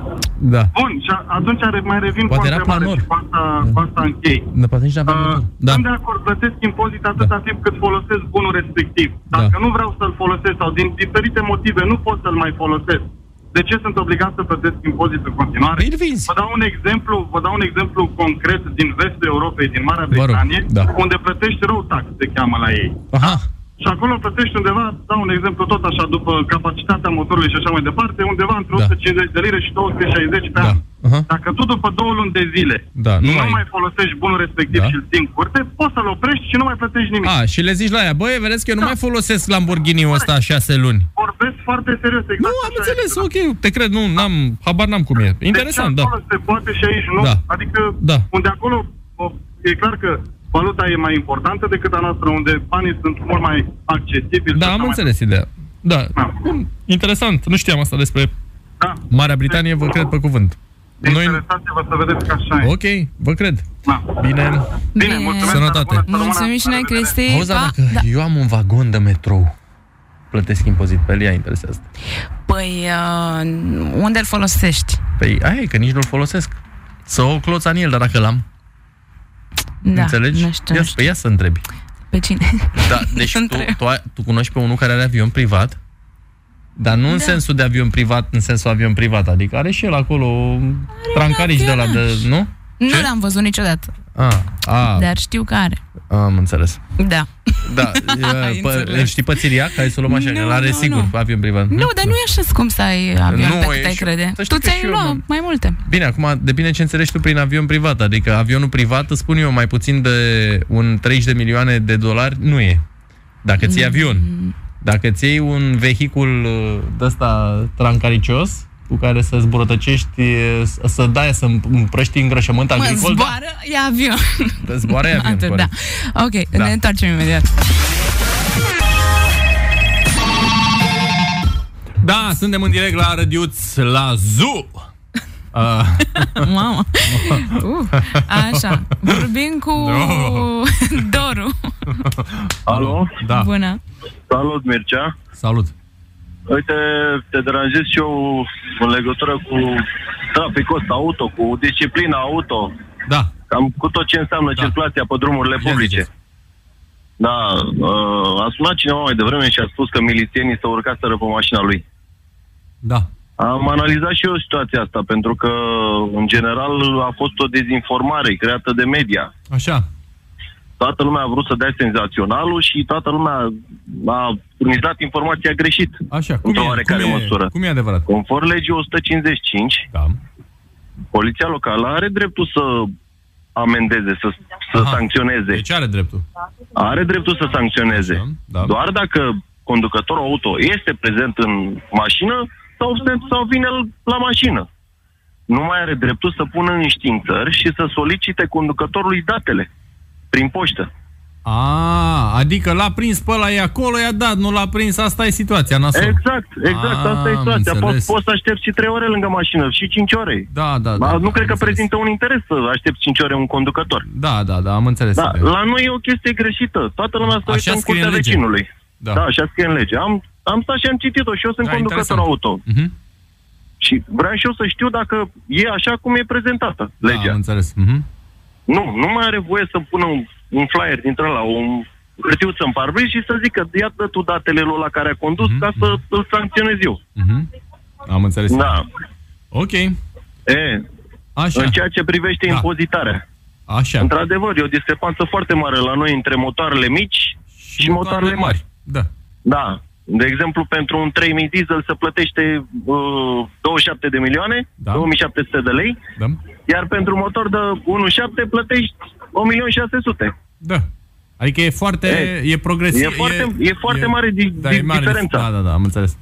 Speaker 2: Da.
Speaker 11: Bun, și a- atunci re- mai revin
Speaker 2: Poate
Speaker 11: cu o
Speaker 2: era
Speaker 11: întrebare
Speaker 2: planor.
Speaker 11: și cu asta, cu asta închei.
Speaker 2: Da, poate nici n-aveam
Speaker 11: Uh,
Speaker 2: motor.
Speaker 11: da. Sunt de acord, plătesc impozit atâta da. timp cât folosesc bunul respectiv.
Speaker 2: Da.
Speaker 11: Dacă nu vreau să-l folosesc sau din diferite motive nu pot să-l mai folosesc, de ce sunt obligat să plătesc impozit în continuare?
Speaker 2: Îl vinzi.
Speaker 11: Vă dau un exemplu, vă dau un exemplu concret din vestul Europei, din Marea
Speaker 2: rog,
Speaker 11: Britanie,
Speaker 2: da.
Speaker 11: unde plătești road tax, se cheamă la ei.
Speaker 2: Aha.
Speaker 11: Și acolo plătești undeva, dau un exemplu tot așa, după capacitatea motorului și așa mai departe, undeva între
Speaker 2: Da.
Speaker 11: 150 de lire și 260 pe
Speaker 2: Da.
Speaker 11: an.
Speaker 2: Aha.
Speaker 11: Dacă tu după două luni de zile
Speaker 2: Da, nu
Speaker 11: nu,
Speaker 2: mai-
Speaker 11: mai... folosești bunul respectiv
Speaker 2: Da.
Speaker 11: și îl ții în curte, poți să-l oprești și nu mai plătești nimic. Da.
Speaker 2: A, și le zici la ea, băi, vedeți că eu nu mai folosesc Lamborghini-ul ăsta șase luni.
Speaker 11: Vorbesc foarte serios, exact
Speaker 2: Nu, am
Speaker 11: așa
Speaker 2: înțeles,
Speaker 11: este.
Speaker 2: ok, te cred, nu, n-am, habar n-am cum e. Interesant,
Speaker 11: deci,
Speaker 2: da.
Speaker 11: acolo se poate și aici, nu?
Speaker 2: Da.
Speaker 11: Adică,
Speaker 2: Da.
Speaker 11: unde acolo o, e clar că valuta e mai importantă decât a noastră, unde banii sunt mult mai accesibili. și
Speaker 2: Da,
Speaker 11: așa
Speaker 2: am
Speaker 11: mai-
Speaker 2: înțeles ideea. Da,
Speaker 11: Da.
Speaker 2: Bun, interesant, nu știam asta despre
Speaker 11: Da.
Speaker 2: Marea Britanie, vă cred pe cuvânt.
Speaker 11: Noi...
Speaker 2: Noi,
Speaker 11: Interesați-vă să vedeți că așa e.
Speaker 2: ok, vă cred.
Speaker 11: Da.
Speaker 2: Bine.
Speaker 11: Bine,
Speaker 3: Bine.
Speaker 11: mulțumesc.
Speaker 2: Sănătate.
Speaker 11: bună săptămână.
Speaker 3: Mulțumim și noi,
Speaker 11: La revedere.
Speaker 3: Cristi.
Speaker 2: Auzi,
Speaker 3: Pa. da.
Speaker 2: dacă eu am un vagon de metrou, plătesc impozit pe el, ea interesează.
Speaker 3: Păi, uh, unde îl folosești?
Speaker 2: Păi, aia e, că nici nu-l folosesc. Să o cloț în el, dar dacă l-am,
Speaker 3: Da,
Speaker 2: înțelegi?
Speaker 3: Nu știu,
Speaker 2: ia,
Speaker 3: nu
Speaker 2: pe
Speaker 3: știu.
Speaker 2: ia să întrebi.
Speaker 3: Pe cine?
Speaker 2: Da, deci tu,
Speaker 3: Întreb.
Speaker 2: tu, ai- tu cunoști pe unul care are avion privat, dar nu în
Speaker 3: Da.
Speaker 2: sensul de avion privat, în sensul avion privat, adică are și el acolo trancarici de la de, nu?
Speaker 3: Nu l-am văzut niciodată,
Speaker 2: A, a,
Speaker 3: dar știu că are.
Speaker 2: Ah, am înțeles.
Speaker 3: Da.
Speaker 2: Da, e, pă,
Speaker 3: înțeles.
Speaker 2: știi pe Țiriac? Hai să o luăm așa,
Speaker 3: Nu,
Speaker 2: el are
Speaker 3: nu,
Speaker 2: sigur
Speaker 3: nu.
Speaker 2: avion privat.
Speaker 3: Nu, dar nu e așa scump să ai avion
Speaker 2: Nu,
Speaker 3: pe
Speaker 2: e
Speaker 3: cât ai
Speaker 2: și-
Speaker 3: crede.
Speaker 2: să știi
Speaker 3: Tu
Speaker 2: că și
Speaker 3: ți-ai
Speaker 2: eu
Speaker 3: luat
Speaker 2: n-am-
Speaker 3: mai multe.
Speaker 2: Bine, acum depinde ce înțelegi tu prin avion privat, adică avionul privat, îți spun eu, mai puțin de un 30 de milioane de dolari, nu e. Dacă
Speaker 3: Mm.
Speaker 2: ți iei avion, dacă ți iei un vehicul uh, de ăsta trancaricios, cu care să zburătăcești, e, să- să dai, să împrăști îngrășământ
Speaker 3: Mă,
Speaker 2: agricol, da,
Speaker 3: zboară, e avion.
Speaker 2: da, zboară avion,
Speaker 3: Atât, da.
Speaker 2: corect.
Speaker 3: Ok,
Speaker 2: Da.
Speaker 3: ne întoarcem imediat.
Speaker 4: Da, suntem în direct la Rădiuț, la Uh, ZU.
Speaker 3: Mamă. Uh, așa, vorbim cu
Speaker 4: No.
Speaker 3: Doru.
Speaker 11: Alo?
Speaker 4: Da,
Speaker 3: Bună.
Speaker 11: Salut, Mircea.
Speaker 4: salut.
Speaker 11: Uite, te deranjez și eu în legătură cu traficul ăsta auto, cu disciplina auto,
Speaker 4: Da,
Speaker 11: cam cu tot ce înseamnă da. circulația pe drumurile
Speaker 4: Ia
Speaker 11: publice.
Speaker 4: ziceți.
Speaker 11: Da, uh, a sunat cineva mai devreme și a spus că milițienii s-au urcat să pe mașina lui.
Speaker 4: da.
Speaker 11: Am analizat și eu situația asta, pentru că, în general, a fost o dezinformare creată de media.
Speaker 4: Așa,
Speaker 11: toată lumea a vrut să dea senzaționalul și toată lumea a furnizat informația greșit.
Speaker 4: așa. Cum
Speaker 11: Într-o
Speaker 4: e,
Speaker 11: oarecare
Speaker 4: cum, e,
Speaker 11: măsură.
Speaker 4: cum e adevărat?
Speaker 11: Conform legii 155,
Speaker 4: Da.
Speaker 11: poliția locală are dreptul să amendeze, să, să
Speaker 4: Aha.
Speaker 11: sancționeze.
Speaker 4: Deci are dreptul.
Speaker 11: Are dreptul să
Speaker 4: Așa,
Speaker 11: sancționeze.
Speaker 4: da.
Speaker 11: Doar dacă conducătorul auto este prezent în mașină sau, absent sau vine la mașină. Nu mai are dreptul să pună în științări și să solicite conducătorului datele prin poștă.
Speaker 4: A, adică l-a prins pe ăla, e acolo, i-a dat, nu l-a prins, asta e situația, nasol.
Speaker 11: Exact, exact,
Speaker 4: Ah,
Speaker 11: asta e
Speaker 4: am
Speaker 11: situația.
Speaker 4: înțeles.
Speaker 11: Poți, poți să aștepți și 3 ore lângă mașină și 5 ore.
Speaker 4: Da, da, da.
Speaker 11: Da, nu
Speaker 4: da,
Speaker 11: cred
Speaker 4: am
Speaker 11: că
Speaker 4: înțeles.
Speaker 11: prezintă un interes să aștepți 5 ore un conducător.
Speaker 4: Da, da, da, am înțeles.
Speaker 11: Da,
Speaker 4: ideea.
Speaker 11: la noi e o chestie greșită. Toată lumea se
Speaker 4: Așa
Speaker 11: uită în
Speaker 4: scrie
Speaker 11: curtea
Speaker 4: în lege.
Speaker 11: vecinului.
Speaker 4: Da.
Speaker 11: Da, așa scrie în lege. Am, am stat și am citit-o și eu sunt
Speaker 4: Da,
Speaker 11: conducător
Speaker 4: interesant.
Speaker 11: auto.
Speaker 4: Mhm.
Speaker 11: Și vreau și eu să știu dacă e așa cum e prezentată legea.
Speaker 2: Da, am înțeles. Mm-hmm.
Speaker 11: Nu, nu mai are voie să pună un, un flyer dintre la un hârtiuță în parbriz și să zică ia dă tu datele lui la care a condus
Speaker 4: Mhm,
Speaker 11: mm-hmm. ca să îl sancționez eu.
Speaker 2: Mm-hmm. Am înțeles.
Speaker 11: Da.
Speaker 2: Ok.
Speaker 11: E,
Speaker 2: Așa.
Speaker 11: în ceea ce privește
Speaker 2: Da.
Speaker 11: da. impozitarea.
Speaker 2: Așa.
Speaker 11: Într-adevăr, e o discrepanță foarte mare la noi între motoarele mici și, și motoarele mari.
Speaker 2: Da.
Speaker 11: Da. De exemplu, pentru un 3000 diesel se plătește uh, 27 de milioane,
Speaker 2: Da.
Speaker 11: da. 2700 de lei,
Speaker 2: Da.
Speaker 11: iar pentru motor de 1.7 plătești 1.600.000.
Speaker 2: Da. Adică e foarte, e,
Speaker 11: E,
Speaker 2: e progresiv.
Speaker 11: e foarte- e foarte mare di-
Speaker 2: da, e mare dif-
Speaker 11: diferența.
Speaker 2: Da, da, da, am înțeles.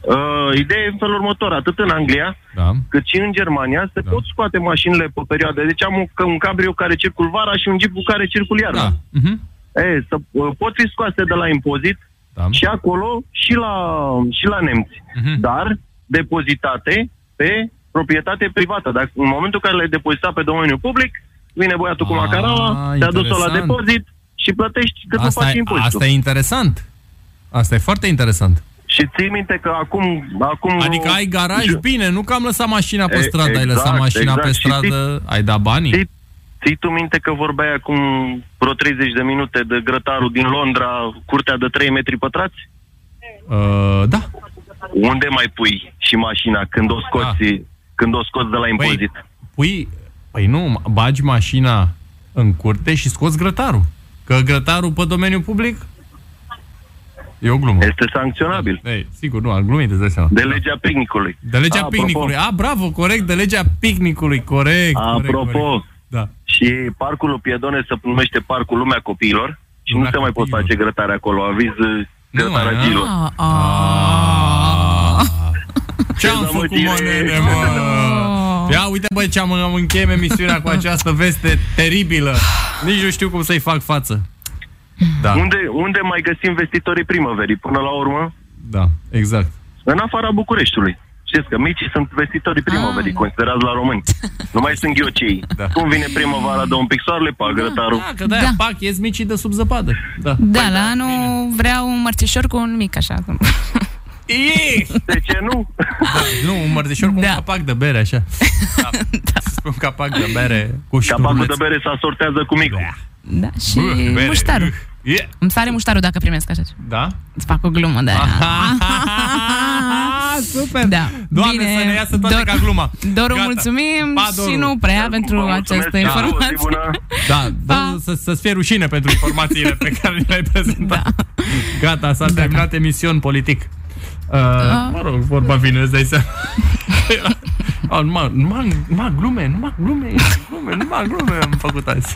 Speaker 11: Uh, ideea e în felul următor, atât în Anglia,
Speaker 2: Da.
Speaker 11: cât și în Germania, se
Speaker 2: Da.
Speaker 11: da. pot scoate mașinile pe perioade. Deci am un, că un cabrio care circul vara și un jeep cu care circul iarna.
Speaker 2: Da. Mhm.
Speaker 11: E, să, uh, pot fi scoase de la impozit
Speaker 2: Da.
Speaker 11: și acolo și la, și la nemți,
Speaker 2: Mhm.
Speaker 11: dar depozitate pe proprietate privată. Dacă în momentul în care le-ai depozitat pe domeniul public, vine băiatul cu
Speaker 2: Ah,
Speaker 11: macaraua, te-a dus-o la
Speaker 2: interesant.
Speaker 11: depozit și plătești cât nu
Speaker 2: Asta,
Speaker 11: faci
Speaker 2: e,
Speaker 11: impozitul.
Speaker 2: asta e interesant. Asta e foarte interesant.
Speaker 11: Și ții minte că acum... acum
Speaker 2: Adică ai garaj,
Speaker 11: și-
Speaker 2: bine, nu că am lăsat mașina pe
Speaker 11: E,
Speaker 2: stradă, ai lăsat
Speaker 11: exact,
Speaker 2: mașina
Speaker 11: exact.
Speaker 2: pe
Speaker 11: Și
Speaker 2: stradă, ai dat banii.
Speaker 11: Ții, ții tu minte că vorbeai acum vreo 30 de minute de grătarul din Londra, curtea de 3 metri pătrați?
Speaker 2: Uh, da.
Speaker 11: Unde mai pui și mașina când o scoți,
Speaker 2: Ah.
Speaker 11: când o scoți
Speaker 2: Păi,
Speaker 11: de la impozit?
Speaker 2: Pui, păi nu, bagi mașina în curte și scoți grătarul. Că grătarul pe domeniul public e o glumă.
Speaker 11: Este sancționabil.
Speaker 2: Ei, sigur, nu, am glumit, îți dai seama.
Speaker 11: De legea picnicului.
Speaker 2: De legea
Speaker 11: Apropo.
Speaker 2: picnicului. A, bravo, corect, de legea picnicului, corect. corect,
Speaker 11: Apropo,
Speaker 2: corect. Da.
Speaker 11: și parcul lui Piedone se numește Parcul Lumea Copiilor și
Speaker 2: Lumea
Speaker 11: nu se mai pot
Speaker 2: Copiilor.
Speaker 11: face grătare acolo. Aviz uh, grătaragiilor.
Speaker 3: Ah, ah.
Speaker 2: Ce am
Speaker 11: Ce
Speaker 2: făcut,
Speaker 11: zamăgire
Speaker 2: mă,
Speaker 11: e.
Speaker 2: nene, mă? Ia uite, băi, ce am, am încheiem emisiunea cu această veste teribilă. Nici nu știu cum să-i fac față. Da,
Speaker 11: Unde, unde mai găsim vestitorii primăverii până la urmă?
Speaker 2: da, exact.
Speaker 11: În afara Bucureștiului. Știți că micii sunt vestitorii primăverii,
Speaker 2: Ah.
Speaker 11: considerați la români. Nu mai sunt ghiocei.
Speaker 2: Da.
Speaker 11: Da. Cum vine primăvara, dă un pic soarele, pa, grătarul.
Speaker 2: Da, că de-aia
Speaker 3: Da.
Speaker 2: pac, ies micii de sub zăpadă. Da.
Speaker 3: Da, la anul vreau un mărțișor cu un mic, așa.
Speaker 2: Ii!
Speaker 11: De ce nu?
Speaker 2: Nu, un mărțișor cu
Speaker 3: Da.
Speaker 2: un capac de bere, așa. Da. Să spun capac de bere cu
Speaker 11: Capacul
Speaker 2: șturmuleț.
Speaker 11: de bere se asortează cu micul.
Speaker 3: Da, și
Speaker 2: Bă, bere.
Speaker 3: muștarul.
Speaker 2: Yeah.
Speaker 3: Îmi sare muștarul dacă primesc așa ceva.
Speaker 2: Da?
Speaker 3: Îți fac o glumă de aia.
Speaker 2: Super!
Speaker 3: Da.
Speaker 2: Doamne,
Speaker 3: Bine.
Speaker 2: să ne iasă toate
Speaker 3: Dor-
Speaker 2: ca gluma.
Speaker 3: Doru,
Speaker 2: Gata.
Speaker 3: mulțumim
Speaker 2: Pa, Doru.
Speaker 3: și nu prea pentru
Speaker 11: Vă mulțumesc
Speaker 3: această
Speaker 11: și vouă, zi
Speaker 3: informație.
Speaker 11: bună.
Speaker 2: Da, da
Speaker 3: Pa.
Speaker 2: să, să-ți fie rușine pentru informațiile pe care le-ai prezentat. Da. Gata, s-a
Speaker 3: Da,
Speaker 2: terminat emisiuni politic. Uh, mă rog, vorba vine, îți dai seama. A, numai, numai, numai glume, numai glume, glume, numai glume am făcut azi.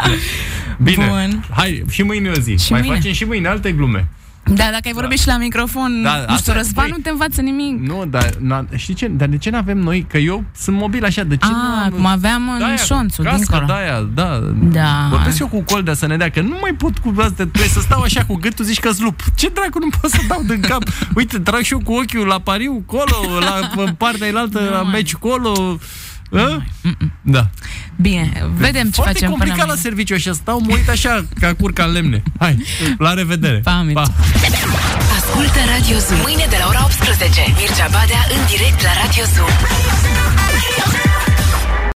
Speaker 2: Bine,
Speaker 3: Bun.
Speaker 2: hai, și mâine o zi.
Speaker 3: Și
Speaker 2: Mai
Speaker 3: mâine.
Speaker 2: facem și mâine alte glume.
Speaker 3: Da, dacă ai vorbit și la microfon,
Speaker 2: Da,
Speaker 3: nu
Speaker 2: asta-
Speaker 3: știu, Răzvan
Speaker 2: băi.
Speaker 3: nu te învață nimic.
Speaker 2: Nu, da. dar na, știi ce? Dar de ce n-avem noi? Că eu sunt mobil așa, de ce nu
Speaker 3: Ah,
Speaker 2: am-
Speaker 3: cum aveam în
Speaker 2: Da, aia,
Speaker 3: șonțul,
Speaker 2: casca,
Speaker 3: dincolo.
Speaker 2: Da, aia, da.
Speaker 3: Da.
Speaker 2: Vorbesc eu cu Coldea să ne dea, că nu mai pot cu asta, trebuie să stau așa cu gâtul, zici că lup. Ce dracu, nu pot să dau din cap. Uite, trag și eu cu ochiul la pariu, colo, la în partea elaltă, la meci, colo. A? Da.
Speaker 3: Bine, vedem ce
Speaker 2: Foarte
Speaker 3: facem până
Speaker 2: complicat la
Speaker 3: mâine.
Speaker 2: serviciu așa, stau, mă uit așa, ca curca în lemne. Hai, la revedere.
Speaker 3: Pa, Mircea.
Speaker 1: Ascultă Radio Zoom mâine de la ora 18. Mircea Badea în direct la Radio Zoom.